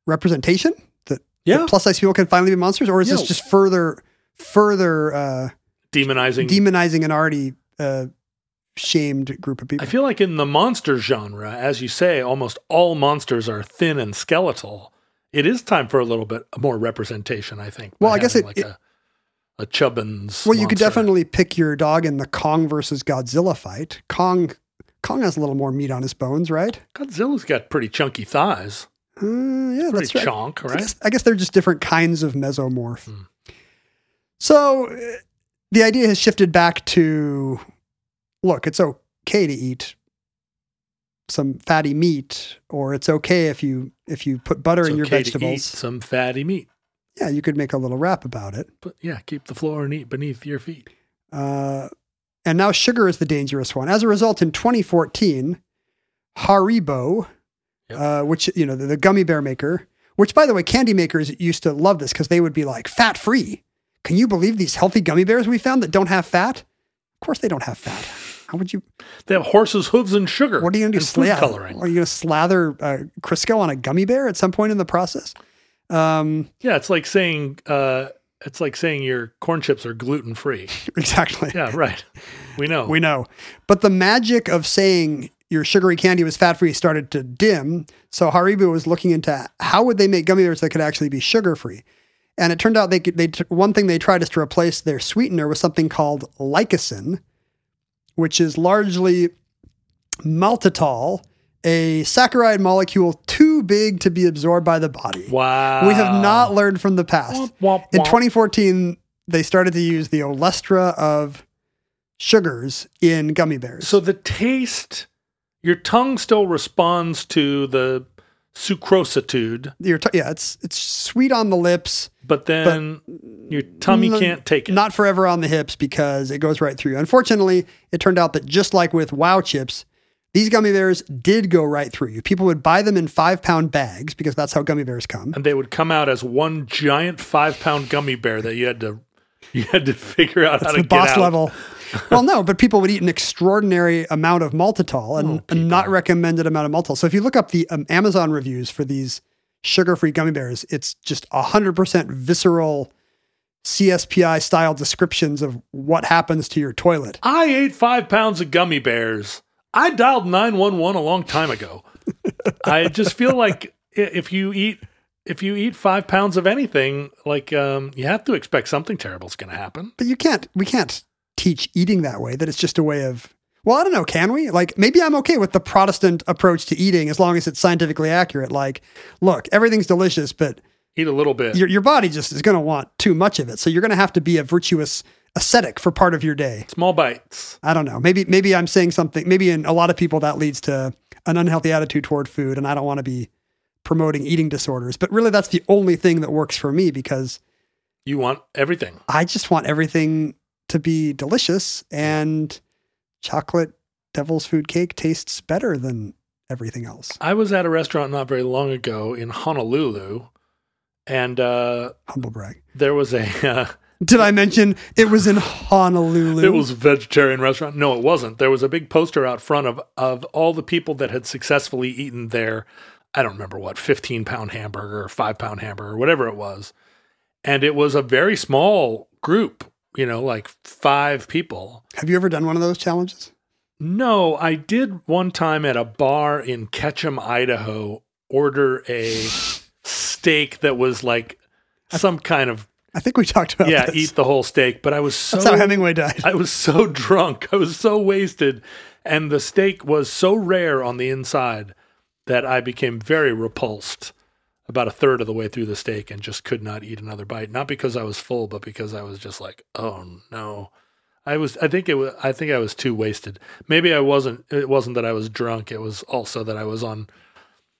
[SPEAKER 4] representation that, that plus size people can finally be monsters, or is
[SPEAKER 3] Yeah.
[SPEAKER 4] this just further further uh,
[SPEAKER 3] demonizing.
[SPEAKER 4] demonizing an already uh, shamed group of people?
[SPEAKER 3] I feel like in the monster genre, as you say, almost all monsters are thin and skeletal. It is time for a little bit more representation, I think. by
[SPEAKER 4] Well, I guess
[SPEAKER 3] having
[SPEAKER 4] it-
[SPEAKER 3] like a, a Chubbins.
[SPEAKER 4] Well, you could
[SPEAKER 3] monster.
[SPEAKER 4] definitely pick your dog in the Kong versus Godzilla fight. Kong, Kong has a little more meat on his bones, right?
[SPEAKER 3] Godzilla's got pretty chunky thighs,
[SPEAKER 4] Uh, yeah,
[SPEAKER 3] pretty
[SPEAKER 4] that's right.
[SPEAKER 3] chonk,
[SPEAKER 4] I
[SPEAKER 3] right? Hmm.
[SPEAKER 4] guess, I guess they're just different kinds of mesomorph. So uh, the idea has shifted back to look, it's okay to eat some fatty meat, or it's okay if you if you put butter
[SPEAKER 3] It's
[SPEAKER 4] in your
[SPEAKER 3] okay to eat
[SPEAKER 4] vegetables.
[SPEAKER 3] some fatty meat,
[SPEAKER 4] Yeah, you could make a little rap about it.
[SPEAKER 3] but yeah, keep the floor neat beneath your feet.
[SPEAKER 4] Uh, and now sugar is the dangerous one. As a result, in 2014, Haribo,
[SPEAKER 3] Yep.
[SPEAKER 4] uh, which you know the, the gummy bear maker, which by the way, candy makers used to love this because they would be like fat free. Can you believe these healthy gummy bears we found that don't have fat? Of course they don't have fat. How would you?
[SPEAKER 3] They have horses' hooves and sugar.
[SPEAKER 4] What are you going to do?
[SPEAKER 3] and food
[SPEAKER 4] Slather?
[SPEAKER 3] coloring?
[SPEAKER 4] Are you going to slather uh, Crisco on a gummy bear at some point in the process? *laughs* Um,
[SPEAKER 3] Yeah, it's like saying uh, it's like saying your corn chips are gluten
[SPEAKER 4] *laughs*
[SPEAKER 3] free.
[SPEAKER 4] exactly.
[SPEAKER 3] Yeah, right. We know.
[SPEAKER 4] We know. But the magic of saying your sugary candy was fat free started to dim. So Haribo was looking into how would they make gummy bears that could actually be sugar free. And it turned out they could, they t- one thing they tried is to replace their sweetener with something called lycosin, which is largely maltitol, a saccharide molecule too big to be absorbed by the body.
[SPEAKER 3] wow.
[SPEAKER 4] We have not learned from the past.
[SPEAKER 3] Womp, womp,
[SPEAKER 4] In
[SPEAKER 3] womp.
[SPEAKER 4] 2014, they started to use the olestra of sugars in gummy bears.
[SPEAKER 3] So the taste, your tongue still responds to the sucrositude,
[SPEAKER 4] You're t- yeah, it's it's sweet on the lips,
[SPEAKER 3] but then your tummy
[SPEAKER 4] n-
[SPEAKER 3] can't take it.
[SPEAKER 4] not forever on the hips because it goes right through. Unfortunately, it turned out that just like with Wow Chips, these gummy bears did go right through you. People would buy them in five pound bags because that's how gummy bears come.
[SPEAKER 3] and they would come out as one giant five pound gummy bear that you had to *laughs* you had to figure out
[SPEAKER 4] That's
[SPEAKER 3] how to
[SPEAKER 4] the
[SPEAKER 3] get
[SPEAKER 4] boss
[SPEAKER 3] out. *laughs*
[SPEAKER 4] level. well, no, but people would eat an extraordinary amount of maltitol
[SPEAKER 3] Oh,
[SPEAKER 4] and a not recommended amount of maltitol. So if you look up the um, Amazon reviews for these sugar-free gummy bears, it's just 100% visceral CSPI style descriptions of what happens to your toilet.
[SPEAKER 3] I ate five pounds of gummy bears. I dialed nine one one a long
[SPEAKER 4] *laughs*
[SPEAKER 3] time ago. I just feel like i- if you eat if you eat five pounds of anything, like um, you have to expect something terrible's going to happen.
[SPEAKER 4] But you can't we can't teach eating that way that it's just a way of well, I don't know, can we? Like maybe I'm okay with the Protestant approach to eating as long as it's scientifically accurate. Like, look, everything's delicious, but
[SPEAKER 3] Eat a little bit.
[SPEAKER 4] your, your body just is going to want too much of it. So you're going to have to be a virtuous ascetic for part of your day.
[SPEAKER 3] Small bites.
[SPEAKER 4] I don't know. Maybe maybe I'm saying something. Maybe in a lot of people that leads to an unhealthy attitude toward food, and I don't want to be promoting eating disorders. But really, that's the only thing that works for me because
[SPEAKER 3] You want everything.
[SPEAKER 4] I just want everything to be delicious, and chocolate devil's food cake tastes better than everything else.
[SPEAKER 3] I was at a restaurant not very long ago in Honolulu, and uh,
[SPEAKER 4] Humble brag.
[SPEAKER 3] there was a. *laughs* Uh,
[SPEAKER 4] Did I mention it was in Honolulu?
[SPEAKER 3] it was a vegetarian restaurant. No, it wasn't. There was a big poster out front of of all the people that had successfully eaten their, I don't remember what, fifteen pound hamburger or five pound hamburger, whatever it was, and it was a very small group. You know, like five people.
[SPEAKER 4] Have you ever done one of those challenges?
[SPEAKER 3] No, I did one time at a bar in Ketchum, Idaho, order a steak that was like some kind of
[SPEAKER 4] I think we talked about
[SPEAKER 3] yeah, E-
[SPEAKER 4] this.
[SPEAKER 3] eat the whole steak. But I was so
[SPEAKER 4] That's how Hemingway died.
[SPEAKER 3] *laughs* I was so drunk, I was so wasted, and the steak was so rare on the inside that I became very repulsed about a third of the way through the steak and just could not eat another bite. Not because I was full, but because I was just like, oh no. I was I think it was I think I was too wasted. Maybe I wasn't it wasn't that I was drunk, it was also that I was on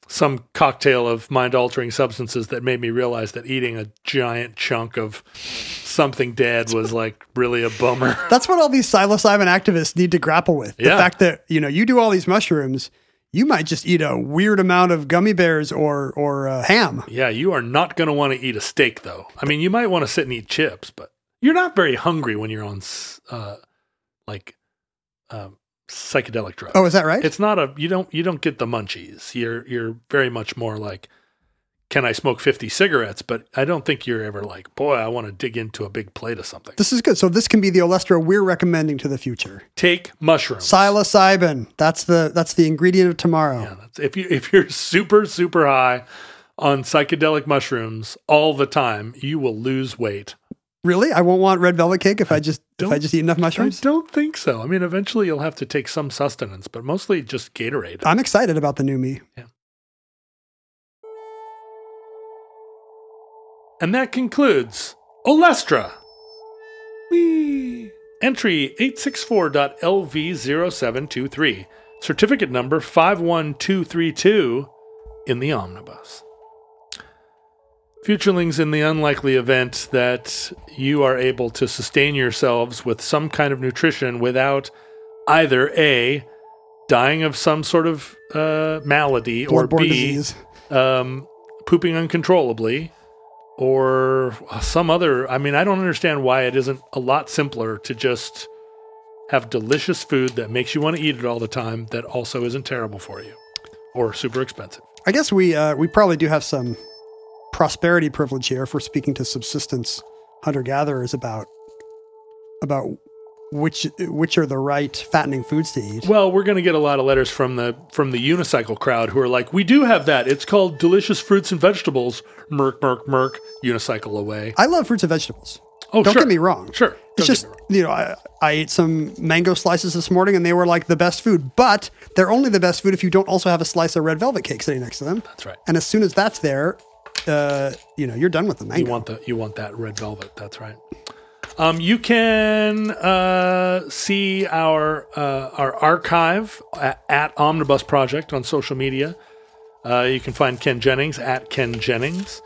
[SPEAKER 3] some cocktail of mind altering substances that made me realize that eating a giant chunk of something dead was like really a bummer. *laughs*
[SPEAKER 4] That's what all these psilocybin activists need to grapple with. The
[SPEAKER 3] Yeah.
[SPEAKER 4] fact that, you know, you do all these mushrooms, you might just eat a weird amount of gummy bears or or uh, ham.
[SPEAKER 3] Yeah, you are not going to want to eat a steak, though. I mean, you might want to sit and eat chips, but you're not very hungry when you're on s- uh, like um, psychedelic drugs.
[SPEAKER 4] Oh, is that right?
[SPEAKER 3] It's not a you don't you don't get the munchies. You're you're very much more like, can I smoke fifty cigarettes? But I don't think you're ever like, boy, I want to dig into a big plate of something.
[SPEAKER 4] this is good. So this can be the olestra we're recommending to the future.
[SPEAKER 3] Take mushrooms.
[SPEAKER 4] Psilocybin. That's the that's the ingredient of tomorrow.
[SPEAKER 3] Yeah, that's- if you if you're super super high on psychedelic mushrooms all the time, you will lose weight.
[SPEAKER 4] Really? I won't want red velvet cake if I just if I just eat enough mushrooms.
[SPEAKER 3] I don't think so. I mean, eventually you'll have to take some sustenance, but mostly just Gatorade.
[SPEAKER 4] I'm excited about the new me.
[SPEAKER 3] And that concludes Olestra. Whee! Entry 864.LV0723, certificate number 51232 in the omnibus. Futurelings, in the unlikely event that you are able to sustain yourselves with some kind of nutrition without either A, dying of some sort of uh, malady, or
[SPEAKER 4] Bloodborne
[SPEAKER 3] B,
[SPEAKER 4] disease.
[SPEAKER 3] um, pooping uncontrollably or some other. I mean, I don't understand why it isn't a lot simpler to just have delicious food that makes you want to eat it all the time that also isn't terrible for you or super expensive.
[SPEAKER 4] I guess we uh, we probably do have some prosperity privilege here if we're speaking to subsistence hunter gatherers about about which which are the right fattening foods to eat.
[SPEAKER 3] Well, we're going to get a lot of letters from the from the unicycle crowd who are like, "We do have that. It's called delicious fruits and vegetables." Merk, merk, merk. Unicycle away.
[SPEAKER 4] I love fruits and vegetables.
[SPEAKER 3] Oh,
[SPEAKER 4] Don't
[SPEAKER 3] sure.
[SPEAKER 4] get me wrong.
[SPEAKER 3] Sure.
[SPEAKER 4] It's
[SPEAKER 3] Don't get
[SPEAKER 4] just
[SPEAKER 3] me wrong.
[SPEAKER 4] you know I, I ate some mango slices this morning and they were like the best food, but they're only the best food if you don't also have a slice of red velvet cake sitting next to them.
[SPEAKER 3] That's right.
[SPEAKER 4] And as soon as that's there, uh, you know you're done with the
[SPEAKER 3] You
[SPEAKER 4] mango.
[SPEAKER 3] want the you want that red velvet. That's right. Um, you can uh, see our uh, our archive at, at Omnibus Project on social media. Uh, you can find Ken Jennings at Ken Jennings.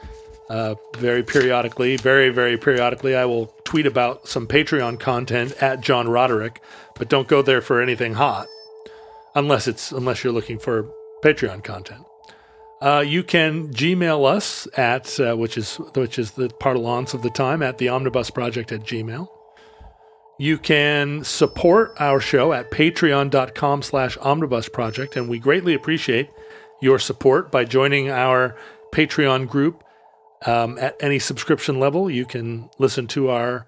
[SPEAKER 3] Uh, very periodically, very very periodically, I will tweet about some Patreon content at John Roderick, but don't go there for anything hot, unless it's unless you're looking for Patreon content. Uh, you can Gmail us at uh, which is which is the parlance of the time at the Omnibus Project at Gmail. You can support our show at patreon.com slash omnibus project, and we greatly appreciate your support by joining our Patreon group um, at any subscription level. You can listen to our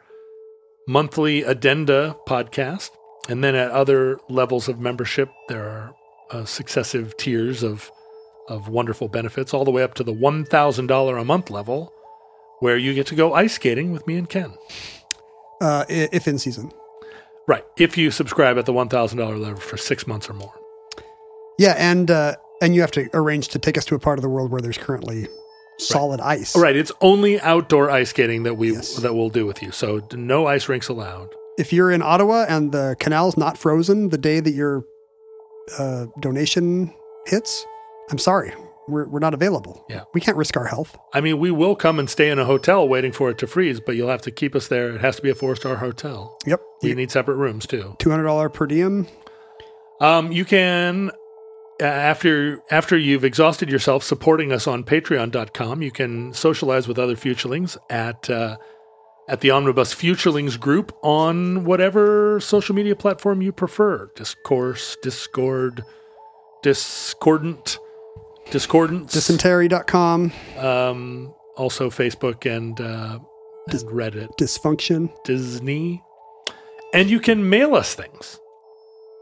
[SPEAKER 3] monthly addenda podcast, and then at other levels of membership, there are uh, successive tiers of of wonderful benefits, all the way up to the $1,000 a month level, where you get to go ice skating with me and Ken.
[SPEAKER 4] uh, i- if in season.
[SPEAKER 3] Right. If you subscribe at the $1,000 level for six months or more.
[SPEAKER 4] Yeah, and uh, and you have to arrange to take us to a part of the world where there's currently solid ice.
[SPEAKER 3] All right. It's only outdoor ice skating that we
[SPEAKER 4] Yes.
[SPEAKER 3] that we'll do with you. So d- no ice rinks allowed.
[SPEAKER 4] If you're in Ottawa and the canal's not frozen the day that your uh, donation hits, I'm sorry, we're we're not available.
[SPEAKER 3] Yeah.
[SPEAKER 4] we can't risk our health.
[SPEAKER 3] I mean, we will come and stay in a hotel waiting for it to freeze, but you'll have to keep us there. It has to be a four star hotel.
[SPEAKER 4] Yep,
[SPEAKER 3] We need separate rooms too.
[SPEAKER 4] two hundred dollar per diem.
[SPEAKER 3] Um, you can uh, after after you've exhausted yourself supporting us on Patreon.com, you can socialize with other Futurelings at uh, at the Omnibus Futurelings group on whatever social media platform you prefer: Discourse, Discord, Discordant, Discordance,
[SPEAKER 4] Dysentery.com.
[SPEAKER 3] um, also Facebook and, uh, and Reddit.
[SPEAKER 4] Dysfunction.
[SPEAKER 3] Disney. And you can mail us things.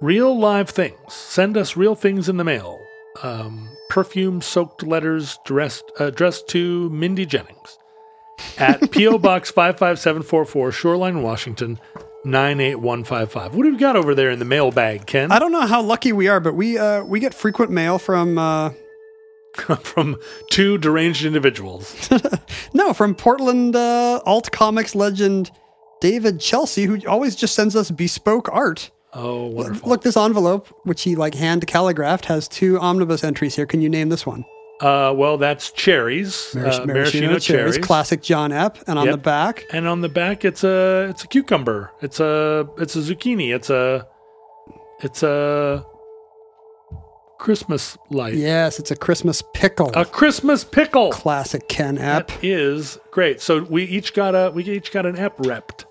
[SPEAKER 3] Real live things. Send us real things in the mail. Um, perfume soaked letters dressed, addressed to Mindy Jennings
[SPEAKER 4] *laughs*
[SPEAKER 3] at P.O. Box 55744, Shoreline, Washington 98155. What do you got over there in the mailbag, Ken?
[SPEAKER 4] I don't know how lucky we are, but we uh, we get frequent mail from uh,
[SPEAKER 3] *laughs* From two deranged individuals.
[SPEAKER 4] No, from Portland uh, alt comics legend David Chelsea, who always just sends us bespoke art.
[SPEAKER 3] Oh, wonderful.
[SPEAKER 4] Look, this envelope, which he like hand calligraphed, has two omnibus entries here. Can you name this one?
[SPEAKER 3] Uh, well, that's cherries,
[SPEAKER 4] Marash-
[SPEAKER 3] uh,
[SPEAKER 4] maraschino, cherries, classic John Epp, and on
[SPEAKER 3] Yep.
[SPEAKER 4] the back,
[SPEAKER 3] and on the back it's a it's a cucumber. It's a it's a zucchini. It's a it's a Christmas light.
[SPEAKER 4] yes, it's a Christmas pickle.
[SPEAKER 3] A Christmas pickle.
[SPEAKER 4] classic Ken Epp.
[SPEAKER 3] That is great. So we each got a we each got an app repped.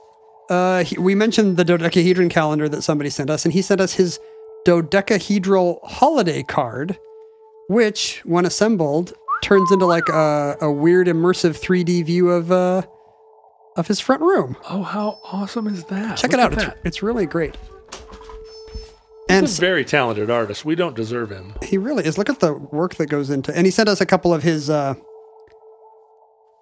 [SPEAKER 4] Uh, he, we mentioned the dodecahedron calendar that somebody sent us, and he sent us his dodecahedral holiday card, which, when assembled, turns into like a, a weird immersive 3D view of uh, of his front room.
[SPEAKER 3] Oh, how awesome is that?
[SPEAKER 4] Check it
[SPEAKER 3] Look
[SPEAKER 4] out;
[SPEAKER 3] at
[SPEAKER 4] it's,
[SPEAKER 3] that.
[SPEAKER 4] it's really great.
[SPEAKER 3] He's
[SPEAKER 4] And
[SPEAKER 3] a
[SPEAKER 4] s-
[SPEAKER 3] very talented artist. We don't deserve him.
[SPEAKER 4] he really is. Look at the work that goes into. And he sent us a couple of his uh,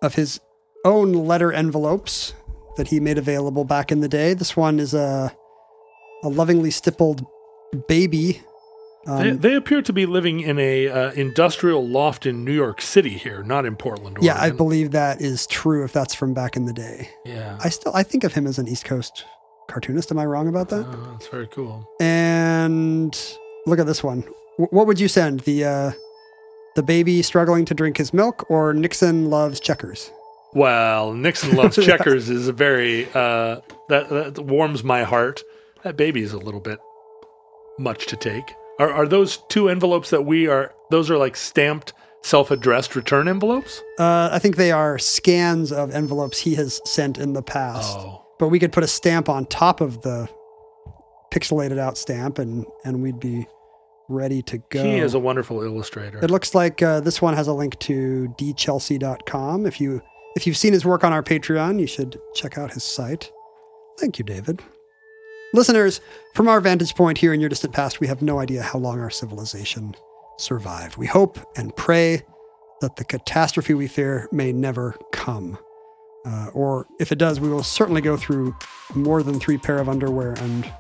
[SPEAKER 4] of his own letter envelopes that he made available back in the day. This one is a a lovingly stippled baby.
[SPEAKER 3] they,
[SPEAKER 4] Um,
[SPEAKER 3] they appear to be living in a uh, industrial loft in New York City here, not in Portland.
[SPEAKER 4] yeah, I
[SPEAKER 3] Oregon.
[SPEAKER 4] believe that is true. If that's from back in the day,
[SPEAKER 3] Yeah,
[SPEAKER 4] I still I think of him as an East Coast cartoonist. Am I wrong about that?
[SPEAKER 3] Oh, that's very cool.
[SPEAKER 4] And look at this one. W- what would you send the uh, the baby struggling to drink his milk or Nixon loves checkers?
[SPEAKER 3] Well, Nixon loves checkers is a very uh, that that warms my heart. That baby is a little bit much to take. Are are those two envelopes that we are? Those are like stamped, self-addressed return envelopes.
[SPEAKER 4] Uh, I think they are scans of envelopes he has sent in the past.
[SPEAKER 3] Oh.
[SPEAKER 4] But we could put a stamp on top of the pixelated out stamp and, and we'd be ready to go.
[SPEAKER 3] He is a wonderful illustrator.
[SPEAKER 4] it looks like uh, this one has a link to dchelsea.com. If you if you've seen his work on our Patreon, you should check out his site. Thank you, David. Listeners, from our vantage point here in your distant past, we have no idea how long our civilization survived. We hope and pray that the catastrophe we fear may never come. Uh, or if it does, we will certainly go through more than three pair of underwear and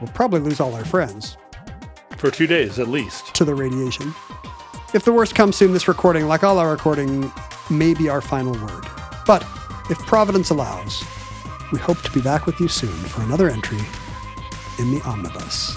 [SPEAKER 4] we'll probably lose all our friends
[SPEAKER 3] for two days at least.
[SPEAKER 4] to the radiation. If the worst comes soon, this recording, like all our recording, may be our final word. But if Providence allows, we hope to be back with you soon for another entry in the Omnibus.